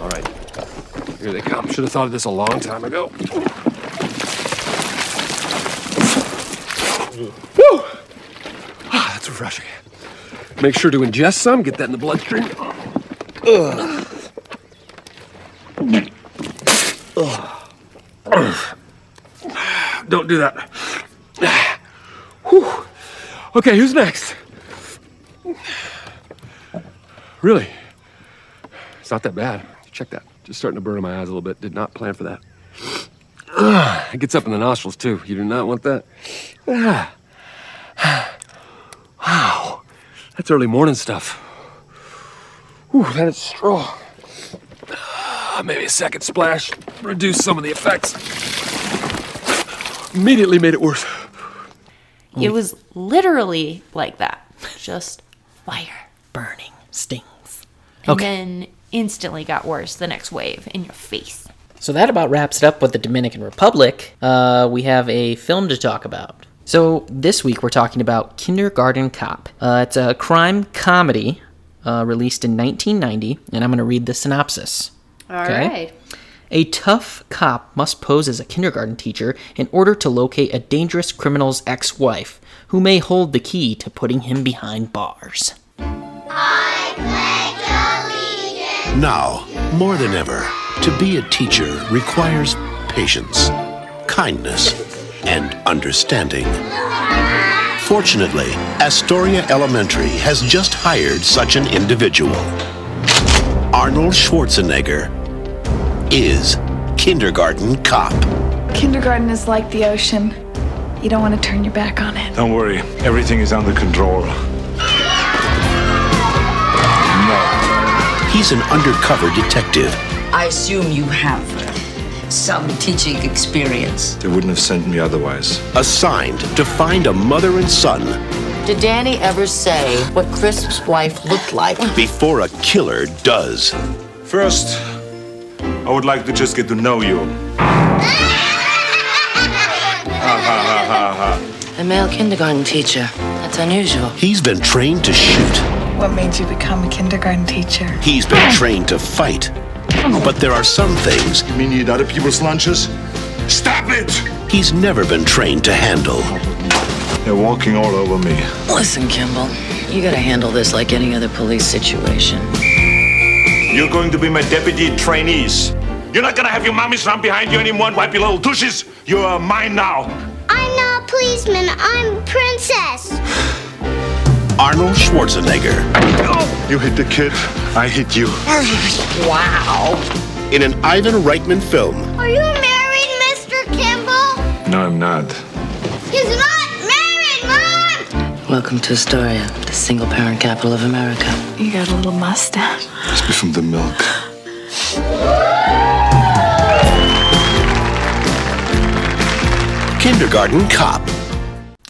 U: All right. Here they come. Should have thought of this a long time ago. Woo! Ah, that's refreshing. Make sure to ingest some, get that in the bloodstream. Ugh. Ugh. Don't do that. Whew. Okay, who's next? Really? It's not that bad. Check that. Just starting to burn in my eyes a little bit. Did not plan for that. Ugh. It gets up in the nostrils, too. You do not want that. Ah. Wow. That's early morning stuff. Ooh, that is strong. Ah, Maybe a second splash. Reduce some of the effects. Immediately made it worse.
E: Oh,
F: It was literally like that. Just fire.
E: burning stings.
F: And
E: Okay.
F: then instantly got worse the next wave in your face.
E: So that about wraps it up with the Dominican Republic. Uh, we have a film to talk about. So this week we're talking about Kindergarten Cop. Uh, it's a crime comedy uh, released in 1990, and I'm going to read the synopsis.
F: All right.
E: A tough cop must pose as a kindergarten teacher in order to locate a dangerous criminal's ex wife, who may hold the key to putting him behind bars.
V: Now, more than ever, to be a teacher requires patience, kindness, and understanding. Fortunately, Astoria Elementary has just hired such an individual. Arnold Schwarzenegger is kindergarten cop.
K: Kindergarten is like the ocean. You don't want to turn your back on it.
W: Don't worry, everything is under control.
V: He's an undercover detective
X: I assume you have some teaching experience.
V: They wouldn't have sent me otherwise. Assigned to find a mother and son
X: Did Danny ever say what Crisp's wife looked like?
V: before a killer does.
W: First, I would like to just get to know you. Ha ha ha ha ha.
X: A male kindergarten teacher. That's unusual.
V: He's been trained to shoot.
K: What made you become a kindergarten teacher?
V: He's been trained to fight. But there are some things. You mean you eat other people's lunches? Stop it! He's never been trained to handle.
W: They're walking all over me.
X: Listen, Kimball, you gotta handle this like any other police situation.
W: You're going to be my deputy trainees. You're not gonna have your mommies run behind you anymore and wipe your little tushes. You are mine now.
Y: I'm not a policeman, I'm a princess.
V: Arnold Schwarzenegger. You hit the kid, I hit you.
Y: wow.
V: In an Ivan Reitman film,
Y: Are you married, Mr. Kimball?
W: No, I'm not.
Y: He's not married, Mom!
X: Welcome to Astoria, the single parent capital of America.
K: You got a little mustache.
W: Must be from the milk.
V: Kindergarten Cop.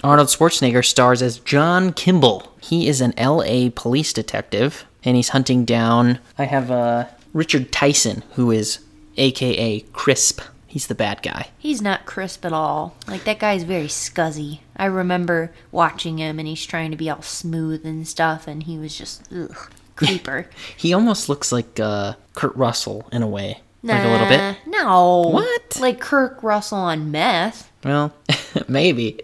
E: Arnold Schwarzenegger stars as John Kimball. He is an LA police detective and he's hunting down I have uh Richard Tyson who is aka Crisp. He's the bad guy.
F: He's not crisp at all. Like, that guy's very scuzzy. I remember watching him and he's trying to be all smooth and stuff, and he was just, ugh, creeper.
E: He almost looks like uh Kurt Russell in a way.
F: nah,
E: Like a little bit.
F: No. What? Like Kirk Russell on meth.
E: Well, maybe.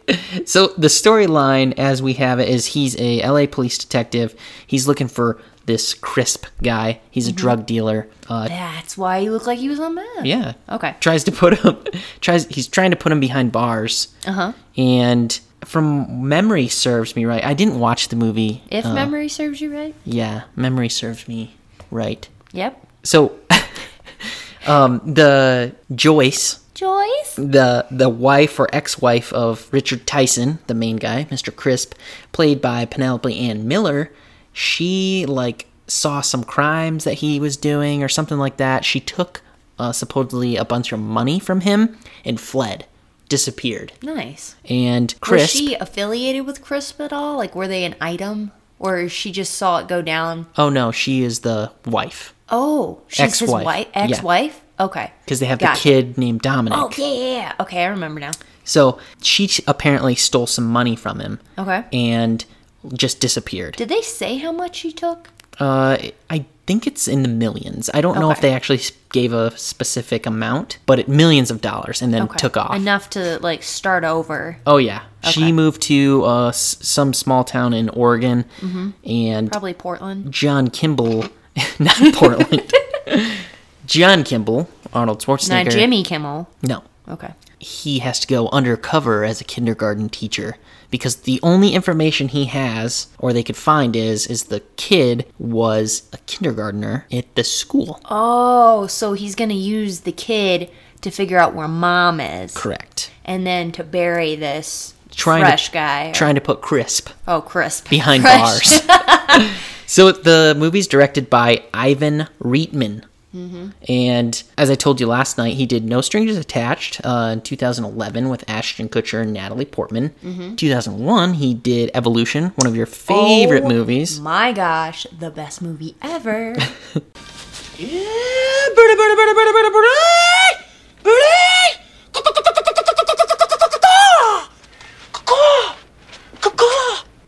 E: So the storyline as we have it is he's a LA police detective. He's looking for this Crisp guy. He's a
F: Mhm.
E: drug dealer. Uh
F: That's why he looked like he was on meth.
E: yeah.
F: Okay.
E: Tries to put him tries he's trying to put him behind bars.
F: Uh huh.
E: and from memory serves me right i didn't watch the movie
F: If
E: Uh,
F: memory serves you right.
E: yeah memory serves me right
F: Yep.
E: so um the joyce
F: Joyce?
E: the the wife or ex-wife of richard tyson the main guy mr crisp played by penelope ann miller she like saw some crimes that he was doing or something like that she took uh, supposedly a bunch of money from him and fled disappeared.
F: Nice.
E: And Chris.
F: Was she affiliated with Crisp at all? Like, were they an item? Or she just saw it go down?
E: oh no, she is the wife.
F: Oh, she's his
E: Ex-wife,
F: wife?
E: yeah.
F: Ex-wife? Okay.
E: Because they have
F: Gotcha.
E: the kid named Dominic.
F: Oh, yeah, yeah, yeah. Okay, I remember now.
E: So she t- apparently stole some money from him
F: Okay.
E: and just disappeared.
F: Did they say how much she took?
E: Uh, I think it's in the millions. I don't know if
F: Okay.
E: they actually s- gave a specific amount, but it millions of dollars and then
F: Okay.
E: took off.
F: Enough to, like, start over.
E: Oh yeah,
F: Okay.
E: she moved to uh, s- some small town in Oregon,
F: Mhm.
E: and
F: Probably Portland.
E: John Kimball, not Portland. John Kimball, Arnold Schwarzenegger.
F: Not Jimmy Kimmel.
E: No,
F: Okay.
E: he has to go undercover as a kindergarten teacher because the only information he has, or they could find, is is the kid was a kindergartner at the school.
F: Oh, so he's going to use the kid to figure out where mom is.
E: Correct.
F: And then to bury this
E: Trying
F: fresh
E: to,
F: guy. or-
E: Trying to put crisp.
F: Oh, crisp.
E: behind
F: Fresh.
E: So the movie's directed by Ivan Reitman.
F: Mhm.
E: And as I told you last night, he did No Strangers Attached uh, in 2011 with Ashton Kutcher and Natalie Portman.
F: Mhm.
E: 2001, he did Evolution, one of your favorite
F: Oh
E: movies.
F: My gosh, the best movie ever.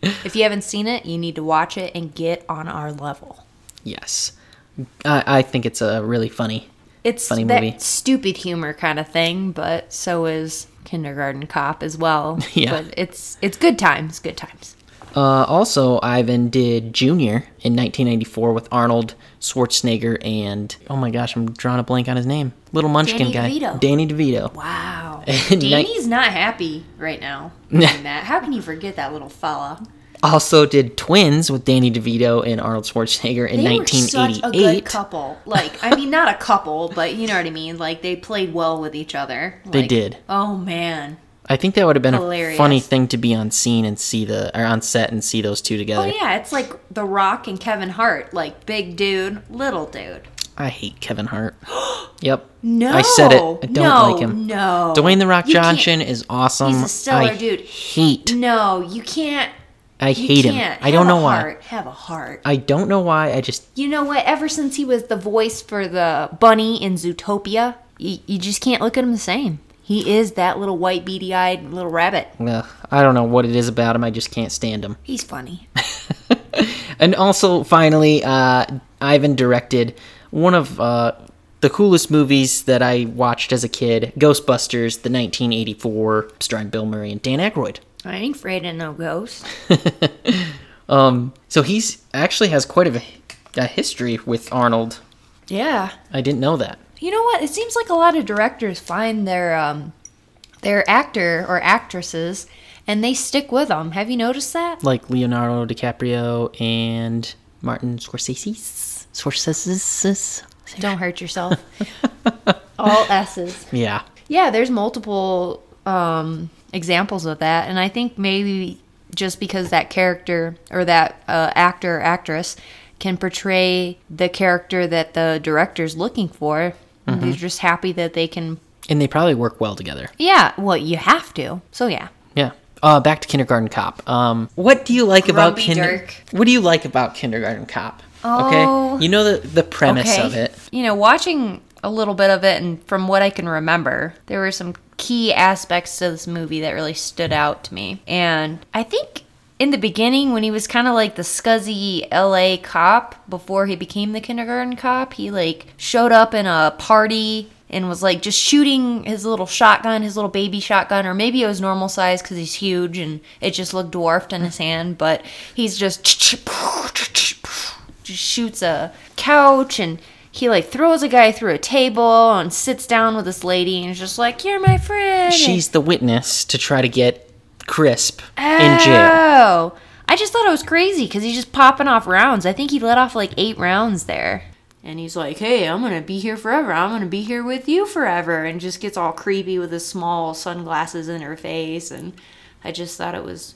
F: if you haven't seen it, you need to watch it and get on our level.
E: Yes, I, I think it's a really funny,
F: It's
E: funny
F: that
E: movie.
F: stupid humor kind of thing, but so is Kindergarten Cop as well.
E: Yeah.
F: But it's it's good times, good times.
E: Uh, also, Ivan did Junior in 1994 with Arnold Schwarzenegger and oh my gosh, I'm drawing a blank on his name. Little Munchkin
F: Danny
E: guy,
F: DeVito.
E: Danny DeVito.
F: Wow.
E: And night-
F: Danny's not happy right now. doing that. How can you forget that little fella?
E: also did Twins with Danny DeVito and Arnold Schwarzenegger in
F: they were such a good
E: 1988.
F: couple. Like, I mean, not a couple, but you know what I mean. Like, they played well with each other.
E: They
F: Like,
E: did.
F: Oh man.
E: I think that would have been a
F: Hilarious.
E: funny thing to be on scene and see the or on set and see those two together.
F: Oh yeah, it's like The Rock and Kevin Hart. Like, big dude, little dude.
E: I hate Kevin Hart. yep.
F: No.
E: I said it. I don't
F: No,
E: like him.
F: no.
E: Dwayne the Rock
F: You can't-
E: Johnson is awesome.
F: He's a stellar
E: I
F: dude.
E: Hate.
F: No, you can't.
E: I
F: you
E: hate him.
F: can't.
E: I don't
F: Have a
E: know why.
F: Heart. Have a heart.
E: I don't know why. I just
F: You know what? Ever since he was the voice for the bunny in Zootopia, you, you just can't look at him the same. He is that little white, beady-eyed little rabbit.
E: ugh, I don't know what it is about him. I just can't stand him.
F: He's funny.
E: And also, finally, uh, Ivan directed one of uh, the coolest movies that I watched as a kid Ghostbusters, the 1984, starring Bill Murray and Dan Aykroyd.
F: I ain't afraid of no ghosts.
E: Um, so he's actually has quite a, a history with Arnold.
F: Yeah.
E: I didn't know that.
F: You know what? It seems like a lot of directors find their um, their actor or actresses, and they stick with them. Have you noticed that?
E: Like Leonardo DiCaprio and Martin Scorsese's. Scorsese's.
F: Don't hurt yourself. All S's.
E: Yeah.
F: Yeah, there's multiple um, examples of that, and I think maybe just because that character or that uh, actor or actress can portray the character that the director's looking for,
E: Mhm.
F: they're just happy that they can.
E: And they probably work well together.
F: Yeah, well, you have to. So yeah.
E: Yeah. Uh, back to Kindergarten Cop. Um, what do you like about
F: Grumpy Dirk.
E: What do you like about Kindergarten Cop?
F: Oh.
E: Okay. You know the the premise
F: Okay.
E: of it.
F: You know, watching a little bit of it, and from what I can remember, there were some key aspects to this movie that really stood out to me. And I think in the beginning, when he was kind of like the scuzzy LA cop before he became the kindergarten cop, he like showed up in a party and was like just shooting his little shotgun, his little baby shotgun, or maybe it was normal size because he's huge and it just looked dwarfed in his hand, but he's just just shoots a couch and he like throws a guy through a table and sits down with this lady and is just like, You're my friend. and-
E: She's the witness to try to get Crisp in jail.
F: Oh. I just thought it was crazy because he's just popping off rounds. I think he let off like eight rounds there. And he's like, hey, I'm going to be here forever. I'm going to be here with you forever. And just gets all creepy with his small sunglasses in her face. And I just thought it was.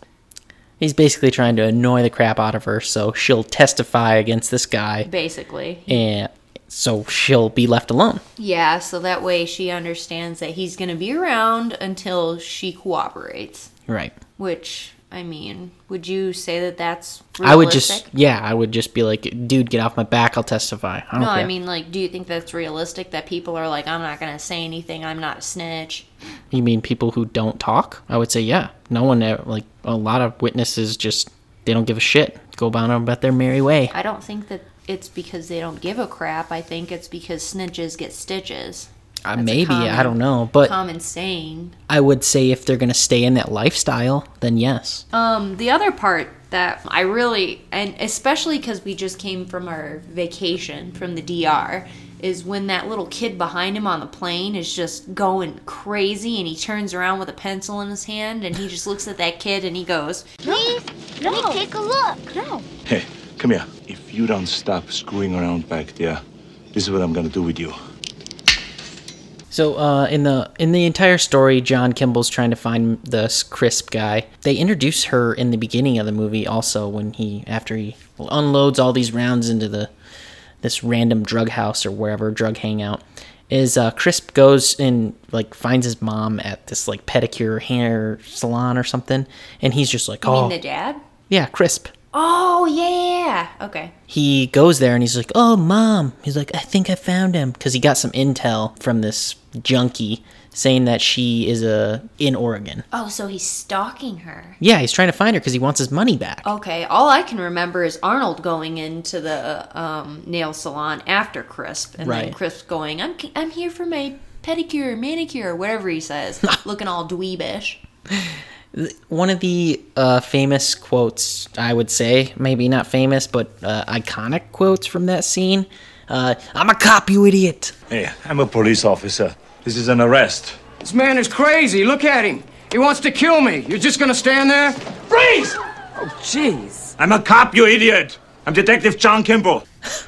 E: He's basically trying to annoy the crap out of her so she'll testify against this guy.
F: Basically.
E: And so she'll be left alone.
F: Yeah, so that way she understands that he's going to be around until she cooperates.
E: Right.
F: Which, I mean, would you say that that's
E: I would just,
F: realistic?
E: yeah, I would just be like, dude, get off my back. I'll testify. I don't
F: no,
E: care.
F: I mean, like, do you think that's realistic that people are like, I'm not going to say anything, I'm not a snitch?
E: You mean people who don't talk? I would say yeah. No one ever, like a lot of witnesses just they don't give a shit. Go about them about their merry way.
F: I don't think that it's because they don't give a crap. I think it's because snitches get stitches.
E: Uh,
F: That's a
E: maybe I
F: common-
E: don't know, but
F: common saying.
E: I would say if they're gonna stay in that lifestyle, then yes.
F: Um, the other part that I really, and especially because we just came from our vacation from the DR, is when that little kid behind him on the plane is just going crazy and he turns around with a pencil in his hand and he just looks at that kid and he goes,
Y: Please, let me take a look. No.
W: Hey, come here. If you don't stop screwing around back there, this is what I'm gonna do with you.
E: So uh, in the in the entire story, John Kimball's trying to find this crisp guy. They introduce her in the beginning of the movie, also when he after he unloads all these rounds into the this random drug house or wherever drug hangout is. Uh, crisp goes and like finds his mom at this like pedicure hair salon or something, and he's just like,
F: You mean
E: oh
F: the dad?
E: yeah, crisp.
F: Oh, yeah. Okay.
E: He goes there and he's like, "Oh, mom." He's like, "I think I found him" because he got some intel from this junkie saying that she is a in Oregon.
F: Oh, so he's stalking her.
E: Yeah, he's trying to find her because he wants his money back.
F: Okay, all I can remember is Arnold going into the um, nail salon after Crisp, and then
E: Right.
F: Crisp going, "I'm I'm here for my pedicure, manicure, whatever he says," looking all dweebish.
E: One of the uh, famous quotes, I would say, maybe not famous, but uh, iconic quotes from that scene. Uh, I'm a cop, you idiot.
W: Hey, I'm a police officer. This is an arrest.
A: This man is crazy. Look at him. He wants to kill me. You're just gonna stand there? Freeze! Oh, jeez.
W: I'm a cop, you idiot! I'm Detective John Kimball.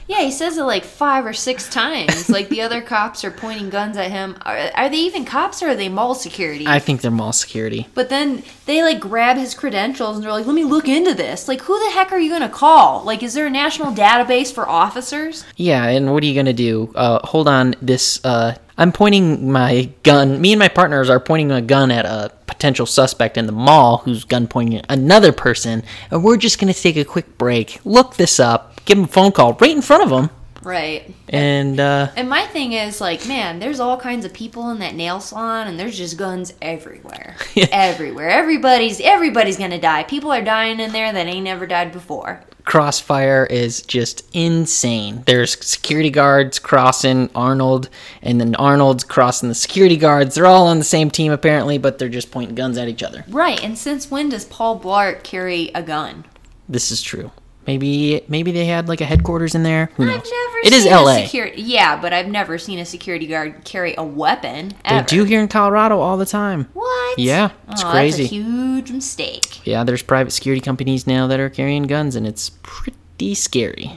F: Yeah, he says it like five or six times. like the other cops are pointing guns at him. Are, are they even cops or are they mall security?
E: I think they're mall security.
F: but then they like grab his credentials and they're like, "Let me look into this." Like, who the heck are you gonna call? Like, is there a national database for officers?
E: Yeah, and what are you gonna do? Uh, hold on, this. Uh, I'm pointing my gun. Me and my partners are pointing a gun at a potential suspect in the mall who's gun pointing at another person, and we're just gonna take a quick break, look this up, give him a phone call right in front of him,
F: Right.
E: and uh,
F: And my thing is like, man, there's all kinds of people in that nail salon, and there's just guns everywhere, everywhere. Everybody's everybody's gonna die. People are dying in there that ain't never died before.
E: crossfire is just insane. There's security guards crossing Arnold, and then Arnold's crossing the security guards. They're all on the same team apparently, but they're just pointing guns at each other.
F: Right. And since when does Paul Blart carry a gun?
E: This is true. Maybe maybe they had like a headquarters in there. Who knows?
F: I've never.
E: it is
F: seen
E: L.A.
F: A security, yeah, but I've never seen a security guard carry a weapon.
E: They
F: Ever.
E: do here in Colorado all the time.
F: What?
E: Yeah, it's
F: Oh,
E: crazy.
F: That's a huge mistake.
E: Yeah, there's private security companies now that are carrying guns, and it's pretty scary.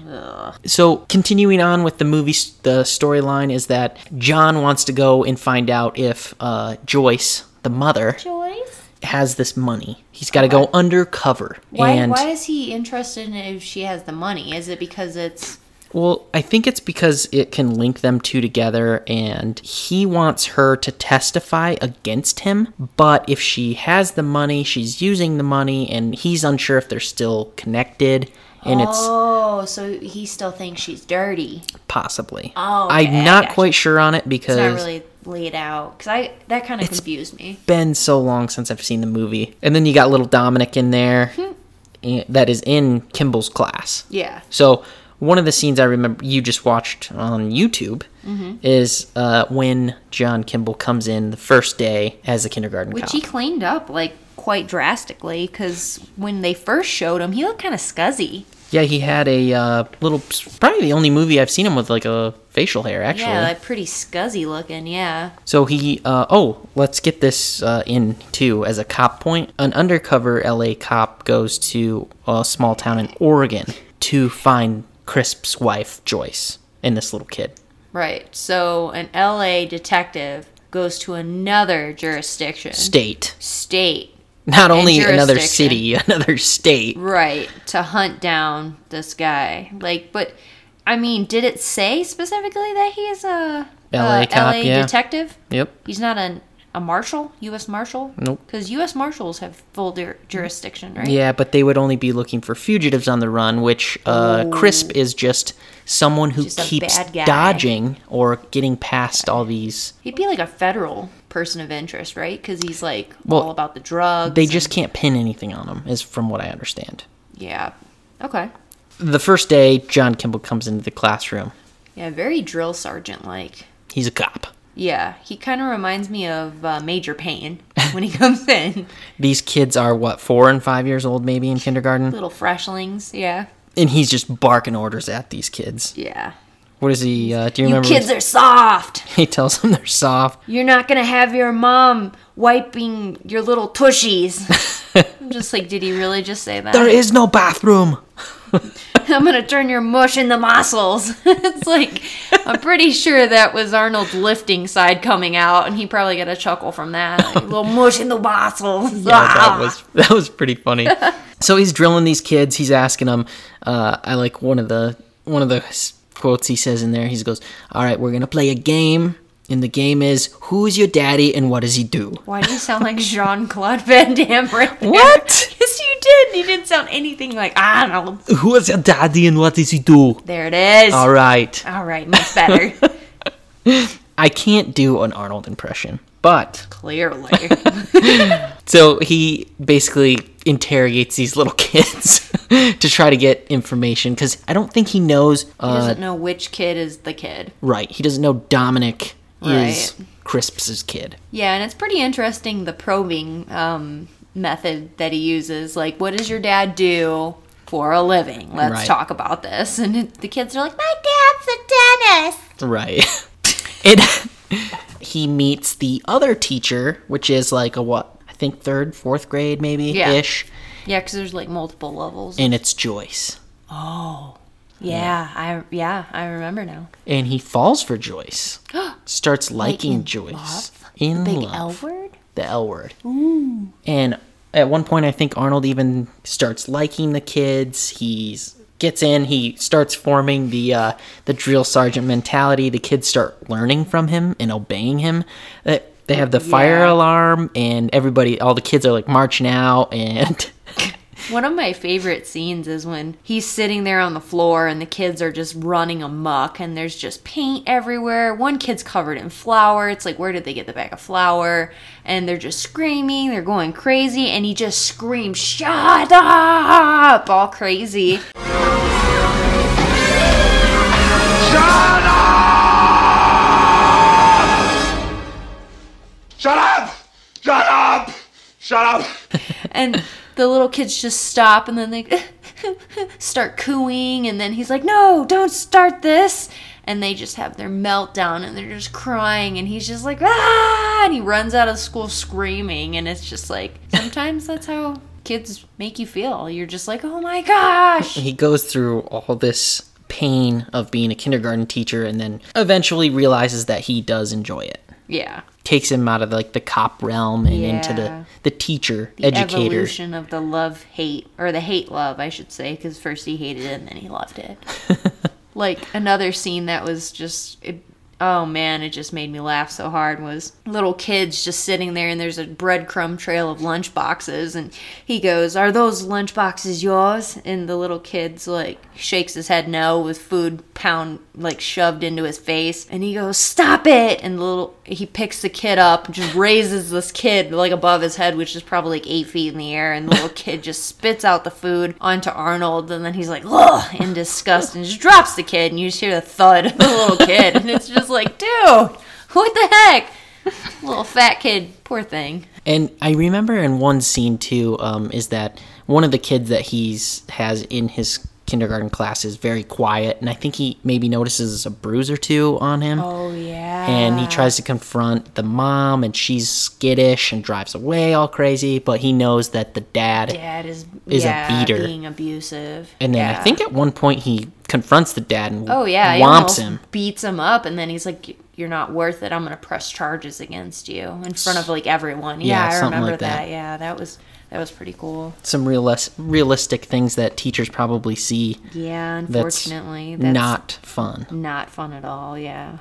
E: So, continuing on with the movie, s- the storyline is that John wants to go and find out if uh, Joyce, the mother,
F: Joyce?
E: has this money. He's got to go undercover.
F: Why?
E: and
F: why is he interested in if she has the money? Is it because it's
E: Well, I think it's because it can link them two together, and he wants her to testify against him. But if she has the money, she's using the money, and he's unsure if they're still connected. And it's
F: oh, so he still thinks she's dirty.
E: possibly.
F: Oh, okay, I
E: I'm not
F: gotcha.
E: quite sure on it
F: It's
E: because
F: not really laid out because I that kind of confused me.
E: been so long since I've seen the movie. And then you got little Dominic in there eh, that is in Kimball's class.
F: Hmm. Yeah.
E: So one of the scenes I remember you just watched on YouTube
F: Mhm.
E: is uh, when John Kimball comes in the first day as a kindergarten
F: Which
E: cop.
F: he cleaned up like quite drastically because when they first showed him, he looked kind of scuzzy.
E: yeah, he had a uh, little, probably the only movie I've seen him with like a facial hair actually.
F: Yeah, like pretty scuzzy looking. Yeah.
E: So he, uh, oh, let's get this uh, in too as a cop point. An undercover LA cop goes to a small town in Oregon to find Crisp's wife, Joyce, and this little kid.
F: Right. So an LA detective goes to another jurisdiction,
E: State.
F: state.
E: Not
F: and
E: only another
F: jurisdiction.
E: city, another state.
F: Right, to hunt down this guy. Like, but I mean, did it say specifically that he is a
E: LA
F: a
E: cop,
F: LA
E: yeah.
F: detective?
E: Yep.
F: He's not an, a marshal, U.S. marshal.
E: Nope.
F: Because U.S. marshals have full jur- jurisdiction, right?
E: Yeah, but they would only be looking for fugitives on the run, which uh,
F: Ooh.
E: Crisp is just someone who
F: Oh. Just a
E: keeps
F: bad guy.
E: dodging or getting past all these.
F: He'd be like a federal person of interest, right? Because he's like
E: Well,
F: all about the drugs.
E: They just can't pin anything on him, is from what I understand.
F: Yeah. Okay.
E: The first day, John Kimball comes into the classroom.
F: Yeah, very drill sergeant like.
E: He's a cop.
F: Yeah, he kind of reminds me of uh, Major Payne when he comes in.
E: These kids are what four and five years old, maybe in kindergarten,
F: Little freshlings, yeah.
E: and he's just barking orders at these kids.
F: Yeah.
E: What is he? Uh, do you
F: You,
E: remember?
F: kids are soft.
E: He tells them they're soft.
F: You're not going to have your mom wiping your little tushies. I'm just like, did he really just say that?
E: There is no bathroom.
F: I'm going to turn your mush into muscles. it's like, I'm pretty sure that was Arnold's lifting side coming out, and he probably got a chuckle from that. Like, little mush in the Ah. muscles.
E: yeah, that was that was pretty funny. so he's drilling these kids. He's asking them. Uh, I like one of the one of the s- quotes he says in there. He goes, "All right, we're gonna play a game, and the game is who's your daddy and what does he do."
F: Why do you sound like Jean Claude Van Damme right there?
E: What?
F: Yes, you did. You didn't sound anything like Arnold.
E: Who is your daddy and what does he do?
F: There it is.
E: All right.
F: All right, much better.
E: I can't do an Arnold impression, but
F: Clearly.
E: so he basically interrogates these little kids to try to get information because I don't think he knows.
F: He
E: Uh,
F: doesn't know which kid is the kid.
E: right, he doesn't know Dominic is
F: Right.
E: Crisp's kid.
F: Yeah, and it's pretty interesting the probing um, method that he uses. Like, what does your dad do for a living? Let's
E: Right.
F: talk about this. And it, the kids are like, "My
Y: Dad's a dentist.
E: Right. it he meets the other teacher, which is like a what? I think third, fourth grade maybe
F: Yeah.
E: ish,
F: Yeah, because there's like multiple levels.
E: and it's Joyce.
F: oh, yeah, I yeah I remember now.
E: And he falls for Joyce. Starts liking Joyce. In
F: Big
E: love.
F: L word.
E: The L word.
F: Ooh.
E: And at one point I think Arnold even starts liking the kids. He's gets in, he starts forming the uh, the drill sergeant mentality. The kids start learning from him and obeying him. They, they have the fire
F: Yeah.
E: alarm and everybody all the kids are like marching out and
F: One of my favorite scenes is when he's sitting there on the floor and the kids are just running amok and there's just paint everywhere. One kid's covered in flour. It's like, where did they get the bag of flour? And they're just screaming, they're going crazy, and he just screams, Shut up! All crazy.
W: Shut up! Shut up! Shut up!
F: And the little kids just stop and then they start cooing, and then he's like, No, don't start this. And they just have their meltdown and they're just crying, and he's just like, Ah! And he runs out of school screaming, and it's just like, sometimes that's how kids make you feel. You're just like, Oh my gosh!
E: he goes through all this pain of being a kindergarten teacher and then eventually realizes that he does enjoy it.
F: Yeah.
E: Takes him out of like the cop realm and into
F: Yeah.
E: the the teacher,
F: The
E: educator.
F: evolution of the love hate, or the hate love, I should say, because first he hated it and then he loved it. like another scene that was just it, oh man it just made me laugh so hard was little kids just sitting there and there's a breadcrumb trail of lunch boxes and he goes are those lunch boxes yours and the little kid's like shakes his head no with food pound like shoved into his face and he goes stop it and the little he picks the kid up and just raises this kid like above his head which is probably like eight feet in the air and the little kid just spits out the food onto arnold and then he's like ugh in disgust and just drops the kid and you just hear the thud of the little kid and it's just like dude what the heck little fat kid poor thing
E: And I remember in one scene too, um, is that one of the kids that he's has in his kindergarten class is very quiet, and I think he maybe notices a bruise or two on him.
F: Oh yeah.
E: And he tries to confront the mom, and she's skittish and drives away all crazy. But he knows that the dad,
F: dad is
E: is
F: yeah,
E: a beater.
F: being abusive
E: and then I
F: Yeah.
E: think at one point he confronts the dad and
F: Oh yeah, he
E: womps
F: almost
E: him.
F: beats him up, and then he's like, you're not worth it. I'm gonna press charges against you in front of like everyone. Yeah,
E: Yeah,
F: I
E: something
F: remember
E: like
F: that.
E: that.
F: Yeah, that was that was pretty cool.
E: Some real realistic things that teachers probably see.
F: Yeah,
E: that's
F: unfortunately, that's-
E: not fun.
F: Not fun at all. Yeah.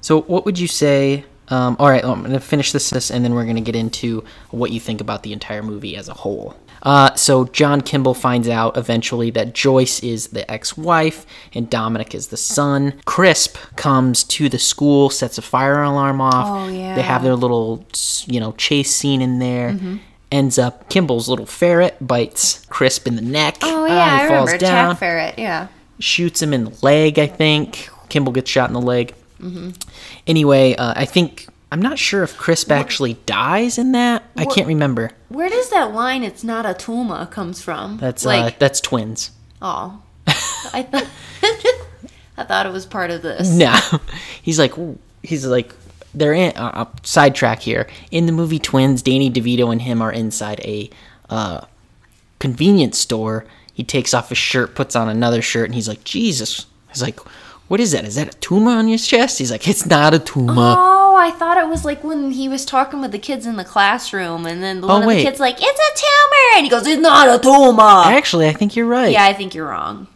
E: So, what would you say? Um, all right, I'm going to finish this, this, and then we're going to get into what you think about the entire movie as a whole. Uh, so, John Kimball finds out eventually that Joyce is the ex wife and Dominic is the son. Crisp comes to the school, sets a fire alarm off.
F: Oh,
E: They have
F: yeah.
E: their little, you know, chase scene in there.
F: Mhm.
E: Ends up, Kimball's little ferret bites Crisp in the neck.
F: Oh
E: Uh,
F: yeah, I
E: he
F: remember. Jack Ferret. Yeah.
E: shoots him in the leg, I think. Kimball gets shot in the leg.
F: Mm-hmm.
E: Anyway, uh, I think I'm not sure if Crisp actually dies in that. I
F: What-
E: can't remember.
F: Where does that line "It's not a tumor" comes from?
E: That's uh,
F: like
E: that's twins.
F: oh, I thought I thought it was part of this.
E: No, he's like he's like they're in uh, uh, sidetrack here in the movie Twins. Danny DeVito and him are inside a uh, convenience store. He takes off his shirt, puts on another shirt, and he's like, Jesus. He's like, what is that? Is that a tumor on your chest? He's like, it's not a tumor.
F: Oh, I thought it was like when he was talking with the kids in the classroom, and then
E: Oh,
F: one of the
E: wait.
F: kids like, "It's a tumor," and he goes, "It's not a tumor."
E: Actually, I think you're right.
F: Yeah, I think you're wrong.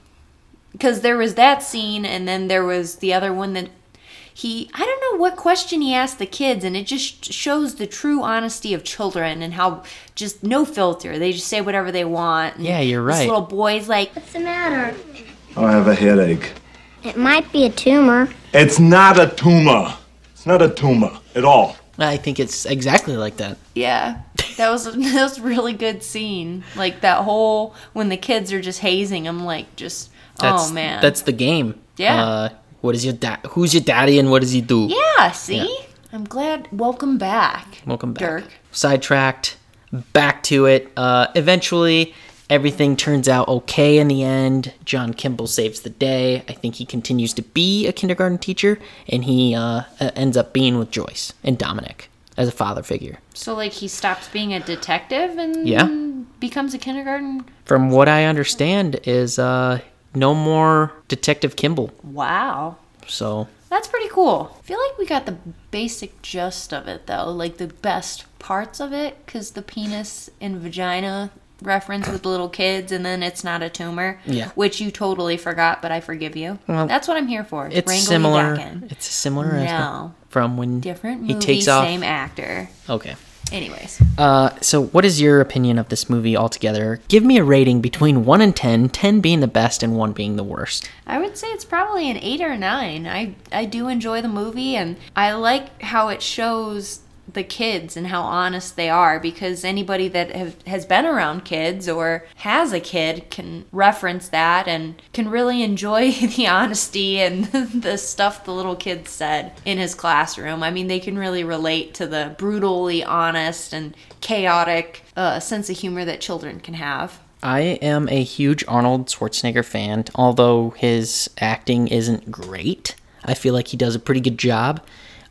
F: Because there was that scene, and then there was the other one that he, I don't know what question he asked the kids, and it just shows the true honesty of children and how just no filter. They just say whatever they want. and
D: Yeah, you're
F: This
D: right.
F: little boy's like, What's
Y: the matter?
W: I have a headache.
Y: It might be a tumor.
W: It's not a tumor. It's not a tumor at all.
E: I think it's exactly like that.
F: Yeah. That was that was a really good scene. Like that whole when the kids are just hazing him, like just
E: That's,
F: oh man.
E: that's the game.
F: Yeah.
E: Uh, what is your dad? Who's your daddy, and what does he do?
F: yeah. See,
E: Yeah.
F: I'm glad. Welcome back,
E: Welcome back.
F: Dirk.
E: Sidetracked. Back to it. Uh, eventually, everything turns out okay in the end. John Kimball saves the day. I think he continues to be a kindergarten teacher, and he uh, uh, ends up being with Joyce and Dominic as a father figure.
F: So like he stops being a detective and
E: Yeah.
F: becomes a kindergarten.
E: From what I understand, is uh, no more Detective Kimball.
F: Wow.
E: So
F: That's pretty cool. I feel like we got the basic gist of it though, like the best parts of it cuz the penis and vagina reference with little kids and then it's not a tumor,
E: Yeah.
F: which you totally forgot, but I forgive you.
E: Well,
F: That's what I'm here for. to
E: it's
F: wrangle you
E: similar.
F: back in.
E: It's similar as
F: No.
E: from when
F: Different
E: he
F: movie,
E: takes off.
F: same actor.
E: Okay.
F: Anyways,
E: Uh, so what is your opinion of this movie altogether? Give me a rating between 1 and 10, 10 being the best and 1 being the worst.
F: I would say it's probably an eight or nine. I I do enjoy the movie, and I like how it shows the kids and how honest they are because anybody that have, has been around kids or has a kid can reference that and can really enjoy the honesty and the stuff the little kid said in his classroom. I mean, they can really relate to the brutally honest and chaotic uh, sense of humor that children can have.
E: I am a huge Arnold Schwarzenegger fan, although his acting isn't great. I feel like he does a pretty good job.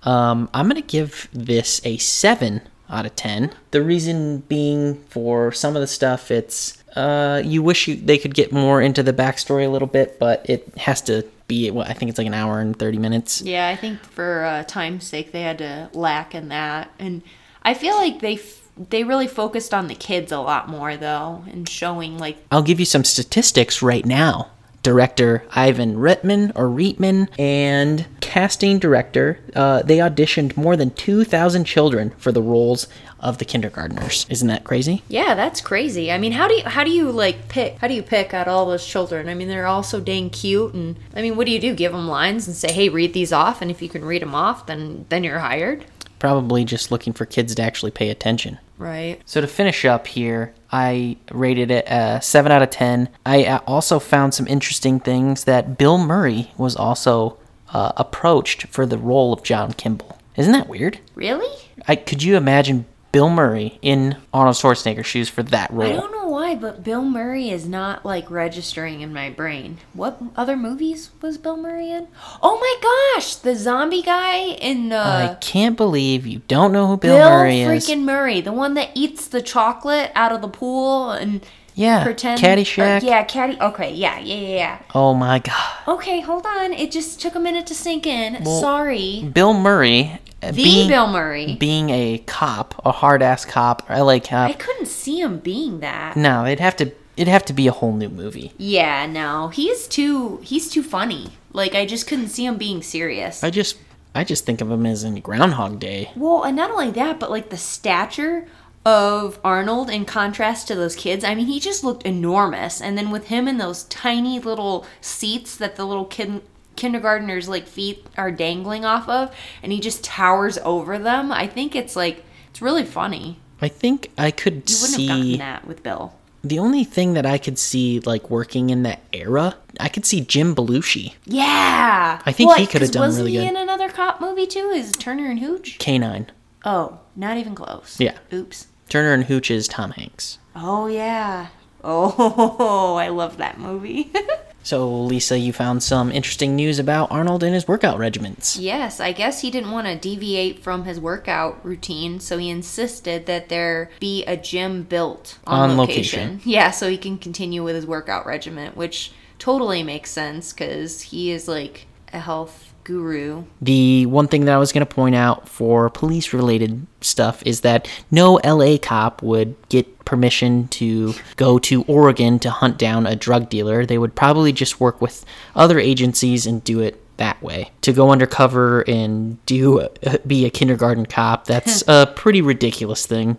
E: Um, I'm going to give this a 7 out of 10. The reason being for some of the stuff, it's uh, you wish you, they could get more into the backstory a little bit, but it has to be, well, I think it's like an hour and 30 minutes.
F: Yeah, I think for uh, time's sake, they had to lack in that, and I feel like they f- they really focused on the kids a lot more though, and showing like
E: I'll give you some statistics right now. Director Ivan Reitman or Reitman and casting director, uh, they auditioned more than 2,000 children for the roles of the kindergartners. Isn't that crazy?
F: yeah, that's crazy. I mean, how do you how do you like pick how do you pick out all those children? I mean, they're all so dang cute, and I mean, what do you do? Give them lines and say, hey, read these off, and if you can read them off, then then you're hired,
E: Probably just looking for kids to actually pay attention.
F: right?
E: So to finish up here, I rated it a 7 out of 10. I uh, also found some interesting things that Bill Murray was also uh, approached for the role of John Kimball. Isn't that weird?
F: Really?
E: I could you imagine Bill Murray in Arnold Schwarzenegger's shoes for that
F: I
E: role?
F: don't know why, but Bill Murray is not like registering in my brain. What other movies was Bill Murray in? Oh my gosh, the zombie guy in
E: I
F: uh,
E: can't believe you don't know who Bill, Murray
F: freaking
E: is.
F: Murray, the one that eats the chocolate out of the pool and
E: Yeah,
F: Pretend.
E: Caddyshack.
F: or- yeah, Caddy. Okay, yeah, yeah, yeah, yeah.
E: Oh my god.
F: Okay, hold on. It just took a minute to sink in.
E: Well,
F: Sorry.
E: Bill Murray. uh,
F: The Bill Murray.
E: Being a cop, a hard ass cop, a LA
F: I
E: cop.
F: couldn't see him being that.
E: No, it'd have to it'd have to be a whole new movie.
F: Yeah, no. He's too he's too funny. Like I just couldn't see him being serious.
E: I just I just think of him as in Groundhog Day.
F: Well, and not only that, but like the stature of Arnold in contrast to those kids. I mean, he just looked enormous. And then with him in those tiny little seats that the little kid kindergartners like feet are dangling off of and he just towers over them. I think it's like it's really funny.
E: I think I could
F: You wouldn't
E: see
F: have gotten that with Bill.
E: the only thing that I could see like working in that era. I could see Jim Belushi,
F: Yeah.
E: I think
F: Well,
E: he could have
F: 'cause
E: done
F: wasn't
E: really
F: he
E: good.
F: in another cop movie too? Is Turner and Hooch?
E: K9.
F: Oh, not even close.
E: Yeah.
F: Oops.
E: Turner and Hooch is Tom Hanks.
F: Oh yeah. Oh, I love that movie.
E: So Lisa, you found some interesting news about Arnold and his workout regimens.
F: yes, I guess he didn't want to deviate from his workout routine, so he insisted that there be a gym built on,
E: On
F: location.
E: location.
F: Yeah, so he can continue with his workout regimen, which totally makes sense cuz he is like a health guru.
E: The one thing that I was going to point out for police related stuff is that no LA cop would get permission to go to Oregon to hunt down a drug dealer. They would probably just work with other agencies and do it that way. To go undercover and do be a kindergarten cop, that's a pretty ridiculous thing.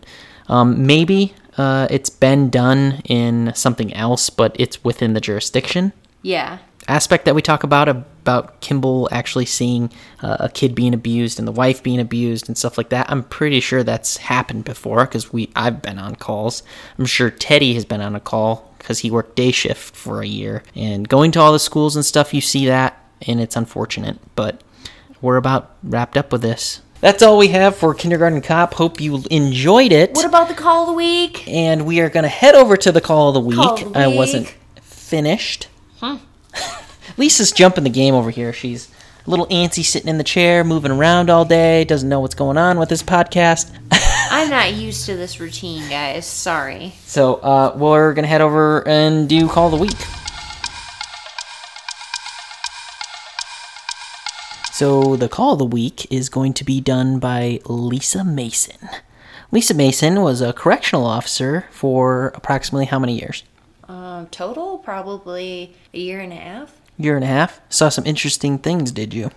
E: Um, maybe uh, it's been done in something else, but it's within the jurisdiction
F: Yeah.
E: aspect that we talk about about Kimball actually seeing uh, a kid being abused and the wife being abused and stuff like that. I'm pretty sure that's happened before because we I've been on calls. I'm sure Teddy has been on a call because he worked day shift for a year and going to all the schools and stuff. You see that and it's unfortunate, but we're about wrapped up with this. That's all we have for Kindergarten Cop. Hope you enjoyed it.
F: What about the call of the week?
E: and we are going to head over to the call of the week.
F: Call of the
E: I
F: week.
E: wasn't finished.
F: Huh.
E: Lisa's jumping the game over here. She's a little antsy sitting in the chair, moving around all day, doesn't know what's going on with this podcast.
F: I'm not used to this routine, guys. Sorry.
E: So uh, we're going to head over and do Call of the Week. So the Call of the Week is going to be done by Lisa Mason. Lisa Mason was a correctional officer for approximately how many years?
F: Um, total probably a year and a half.
E: Year and a half. Saw some interesting things, did you?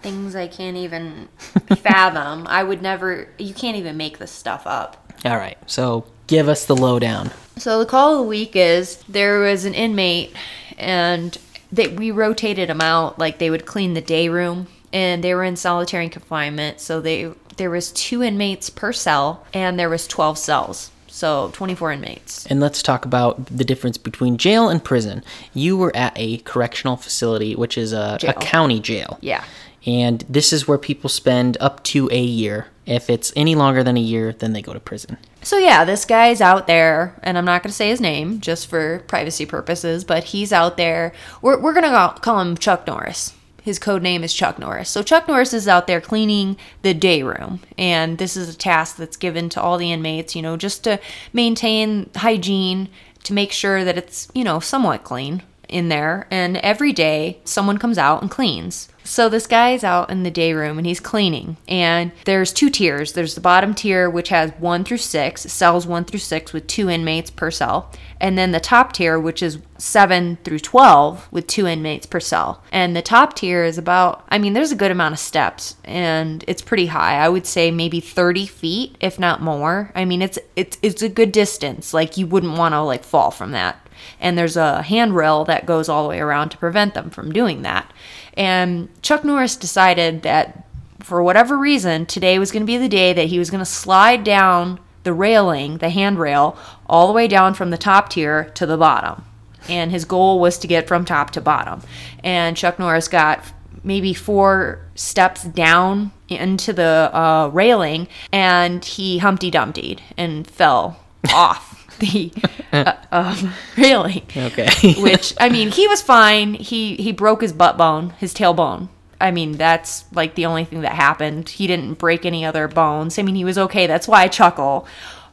F: Things I can't even fathom. I would never. You can't even make this stuff up.
E: All right, so give us the lowdown.
F: So the call of the week is there was an inmate, and that we rotated them out. Like they would clean the day room, and they were in solitary confinement. So they there was two inmates per cell, and there was twelve cells. So twenty four inmates.
E: And let's talk about the difference between jail and prison. You were at a correctional facility, which is a,
F: Jail.
E: a county jail.
F: Yeah.
E: And this is where people spend up to a year. If it's any longer than a year, then they go to prison.
F: So yeah, this guy's out there, and I'm not gonna say his name just for privacy purposes, but he's out there. We're we're gonna call- call him Chuck Norris. His code name is Chuck Norris. So Chuck Norris is out there cleaning the day room, and this is a task that's given to all the inmates. You know, just to maintain hygiene, to make sure that it's you know somewhat clean in there and every day someone comes out and cleans. So this guy's out in the day room and he's cleaning and there's two tiers. There's the bottom tier which has 1 through 6, cells 1 through 6 with 2 inmates per cell, and then the top tier which is 7 through 12 with 2 inmates per cell. And the top tier is about I mean there's a good amount of steps and it's pretty high. I would say maybe 30 feet if not more. I mean it's it's it's a good distance. Like you wouldn't want to like fall from that and there's a handrail that goes all the way around to prevent them from doing that. And Chuck Norris decided that for whatever reason, today was going to be the day that he was going to slide down the railing, the handrail, all the way down from the top tier to the bottom. And his goal was to get from top to bottom. And Chuck Norris got maybe four steps down into the uh, railing and he Humpty Dumptied and fell off the uh, um, railing.
E: Okay.
F: Which I mean, he was fine. He he broke his butt bone, his tailbone. I mean, that's like the only thing that happened. He didn't break any other bones. I mean, he was okay. That's why I chuckle.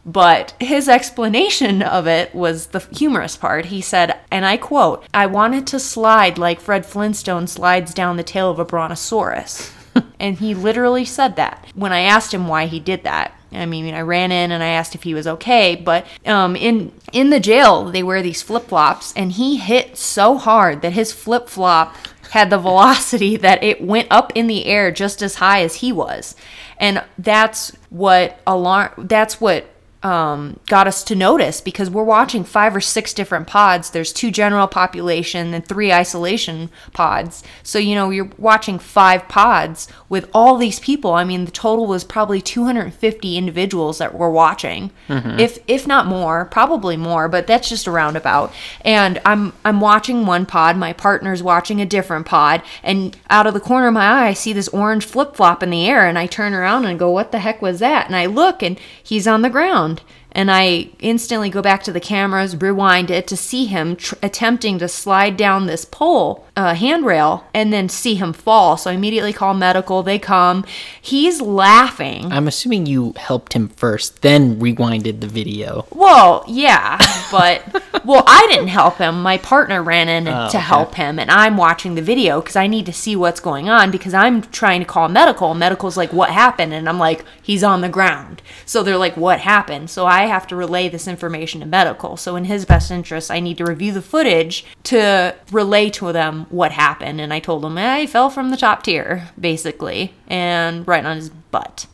F: But his explanation of it was the humorous part. He said, and I quote, I wanted to slide like Fred Flintstone slides down the tail of a brontosaurus. and he literally said that when I asked him why he did that. I mean, I ran in and I asked if he was okay, but um, in in the jail they wear these flip flops, and he hit so hard that his flip flop had the velocity that it went up in the air just as high as he was, and that's what alarm. That's what um, got us to notice because we're watching five or six different pods. There's two general population and three isolation pods. So, you know, you're watching five pods with all these people. I mean, the total was probably 250 individuals that were watching.
D: Mhm.
F: If if not more, probably more, but that's just a roundabout. And I'm I'm watching one pod, my partner's watching a different pod, and out of the corner of my eye I see this orange flip flop in the air and I turn around and go, What the heck was that? And I look and he's on the ground. And I instantly go back to the cameras, rewind it to see him tr- attempting to slide down this pole, uh, handrail, and then see him fall. So I immediately call medical. They come. He's laughing.
E: I'm assuming you helped him first, then rewinded the video.
F: Well, yeah, but well, I didn't help him. My partner ran in
E: Oh,
F: to
E: okay.
F: help him, and I'm watching the video because I need to see what's going on because I'm trying to call medical. and Medical's like, "What happened?" And I'm like, "He's on the ground." So they're like, "What happened?" So I have to relay this information to medical. So in his best interest, I need to review the footage to relay to them what happened. And I told him I fell from the top tier, basically, and right on his butt.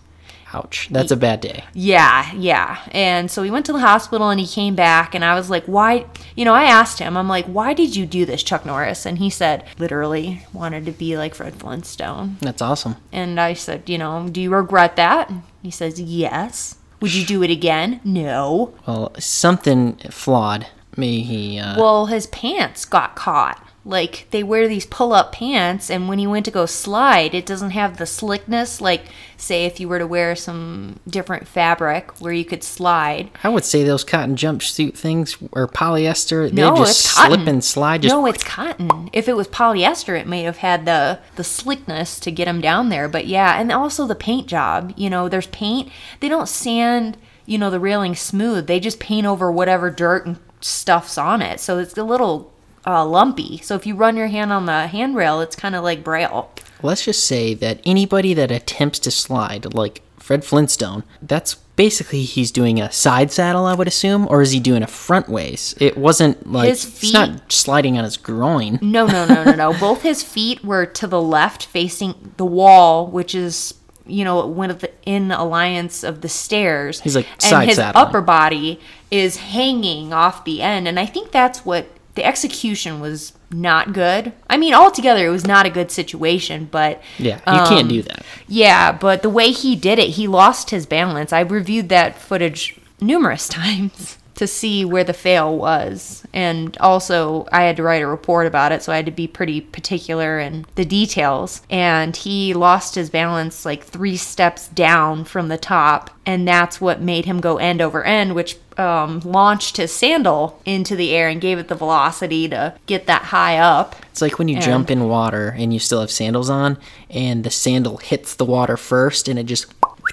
E: Ouch. That's a bad day.
F: Yeah, yeah. And so we went to the hospital and he came back and I was like, "Why?" You know, I asked him. I'm like, "Why did you do this, Chuck Norris?" And he said, "Literally wanted to be like Fred Flintstone."
E: That's awesome.
F: And I said, "You know, do you regret that?" And he says, "Yes." Would you do it again? No.
E: Well, something flawed. Maybe he. Uh,
F: Well, his pants got caught. Like they wear these pull-up pants, and when he went to go slide, it doesn't have the slickness. Like, say, if you were to wear some different fabric where you could slide,
E: I would say those cotton jumpsuit things or polyester.
F: No,
E: they just
F: it's cotton.
E: slip and slide. Just
F: no, it's cotton. If it was polyester, it may have had the the slickness to get them down there. But yeah, and also the paint job. You know, there's paint. They don't sand. You know, the railing smooth. They just paint over whatever dirt and stuff's on it. So it's a little uh, lumpy. So if you run your hand on the handrail, it's kind of like braille.
E: Let's just say that anybody that attempts to slide, like Fred Flintstone, that's basically he's doing a side saddle, I would assume, or is he doing a front ways? It wasn't like
F: His Mm-hmm.
E: he's not sliding on his groin.
F: No, no, no, no, no. Both his feet were to the left, facing the wall, which is you know one of the in alliance of the stairs.
E: He's like
F: and
E: side
F: his
E: saddling.
F: upper body is hanging off the end, and I think that's what the execution was not good. I mean, altogether, it was not a good situation, but
E: Yeah, you can't
F: um,
E: do that.
F: yeah, but the way he did it, he lost his balance. I reviewed that footage numerous times to see where the fail was. And also, I had to write a report about it, so I had to be pretty particular in the details. And he lost his balance like three steps down from the top, and that's what made him go end over end, which um, launched his sandal into the air and gave it the velocity to get that high up.
E: It's like when you
F: And-
E: jump in water and you still have sandals on, and the sandal hits the water first, and it just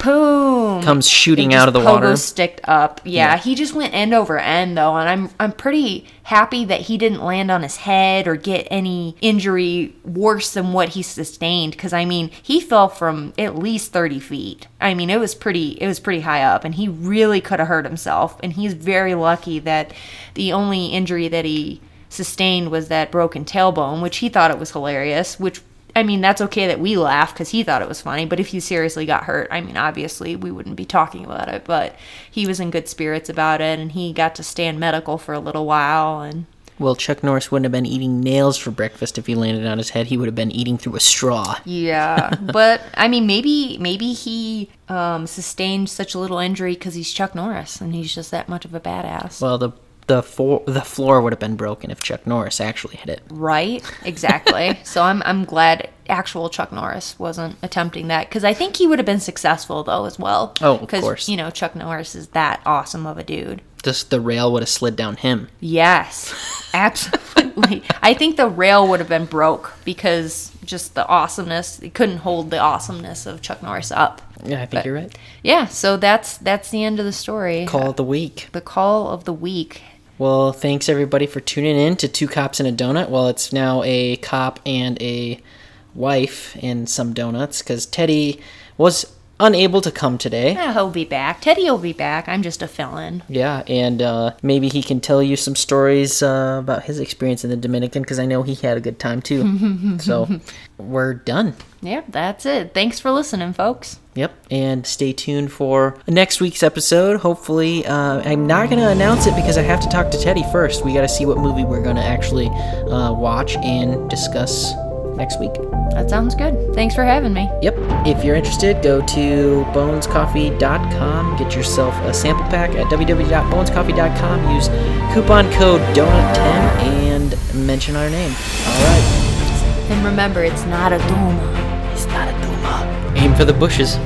F: boom
E: Comes shooting
F: It just
E: out of the water.
F: pogo sticked up yeah,
E: Yeah.
F: he just went end over end though and i'm i'm pretty happy that he didn't land on his head or get any injury worse than what he sustained because i mean he fell from at least 30 feet i mean it was pretty it was pretty high up and he really could have hurt himself and he's very lucky that the only injury that he sustained was that broken tailbone which he thought it was hilarious which I mean, that's okay that we laugh because he thought it was funny, but if he seriously got hurt, I mean, obviously we wouldn't be talking about it, but he was in good spirits about it and he got to stay in medical for a little while. And
E: Well, Chuck Norris wouldn't have been eating nails for breakfast if he landed on his head. He would have been eating through a straw.
F: yeah, but I mean, maybe, maybe he um, sustained such a little injury because he's Chuck Norris and he's just that much of a badass.
E: Well, the the floor the floor would have been broken if Chuck Norris actually hit it.
F: Right, exactly. so I'm I'm glad actual Chuck Norris wasn't attempting that because I think he would have been successful though as well.
E: Oh, of
F: 'Cause,
E: course.
F: You know, Chuck Norris is that awesome of a dude.
E: Just the rail would have slid down him.
F: Yes, absolutely. like, I think the rail would have been broke because just the awesomeness. It couldn't hold the awesomeness of Chuck Norris up.
E: Yeah, I think
F: But-
E: you're right.
F: Yeah, so that's that's the end of the story.
E: Call of the week.
F: The call of the week.
E: Well, thanks everybody for tuning in to Two Cops and a Donut. Well, it's now a cop and a wife and some donuts because Teddy was unable to come today.
F: Yeah, Eh, he'll be back. Teddy will be back. I'm just a felon.
E: Yeah, and uh, maybe he can tell you some stories uh, about his experience in the Dominican because I know he had a good time too. so we're done.
F: Yep, that's it. Thanks for listening, folks.
E: Yep, and stay tuned for next week's episode. Hopefully, uh, I'm not going to announce it because I have to talk to Teddy first. We got to see what movie we're going to actually uh, watch and discuss next week.
F: That sounds good. Thanks for having me.
E: Yep. If you're interested, go to bonescoffee.com, get yourself a sample pack at www.bonescoffee.com, use coupon code DONUT10 and mention our name. All right.
F: And remember, it's not a doma.
E: It's not a doma. Aim for the bushes.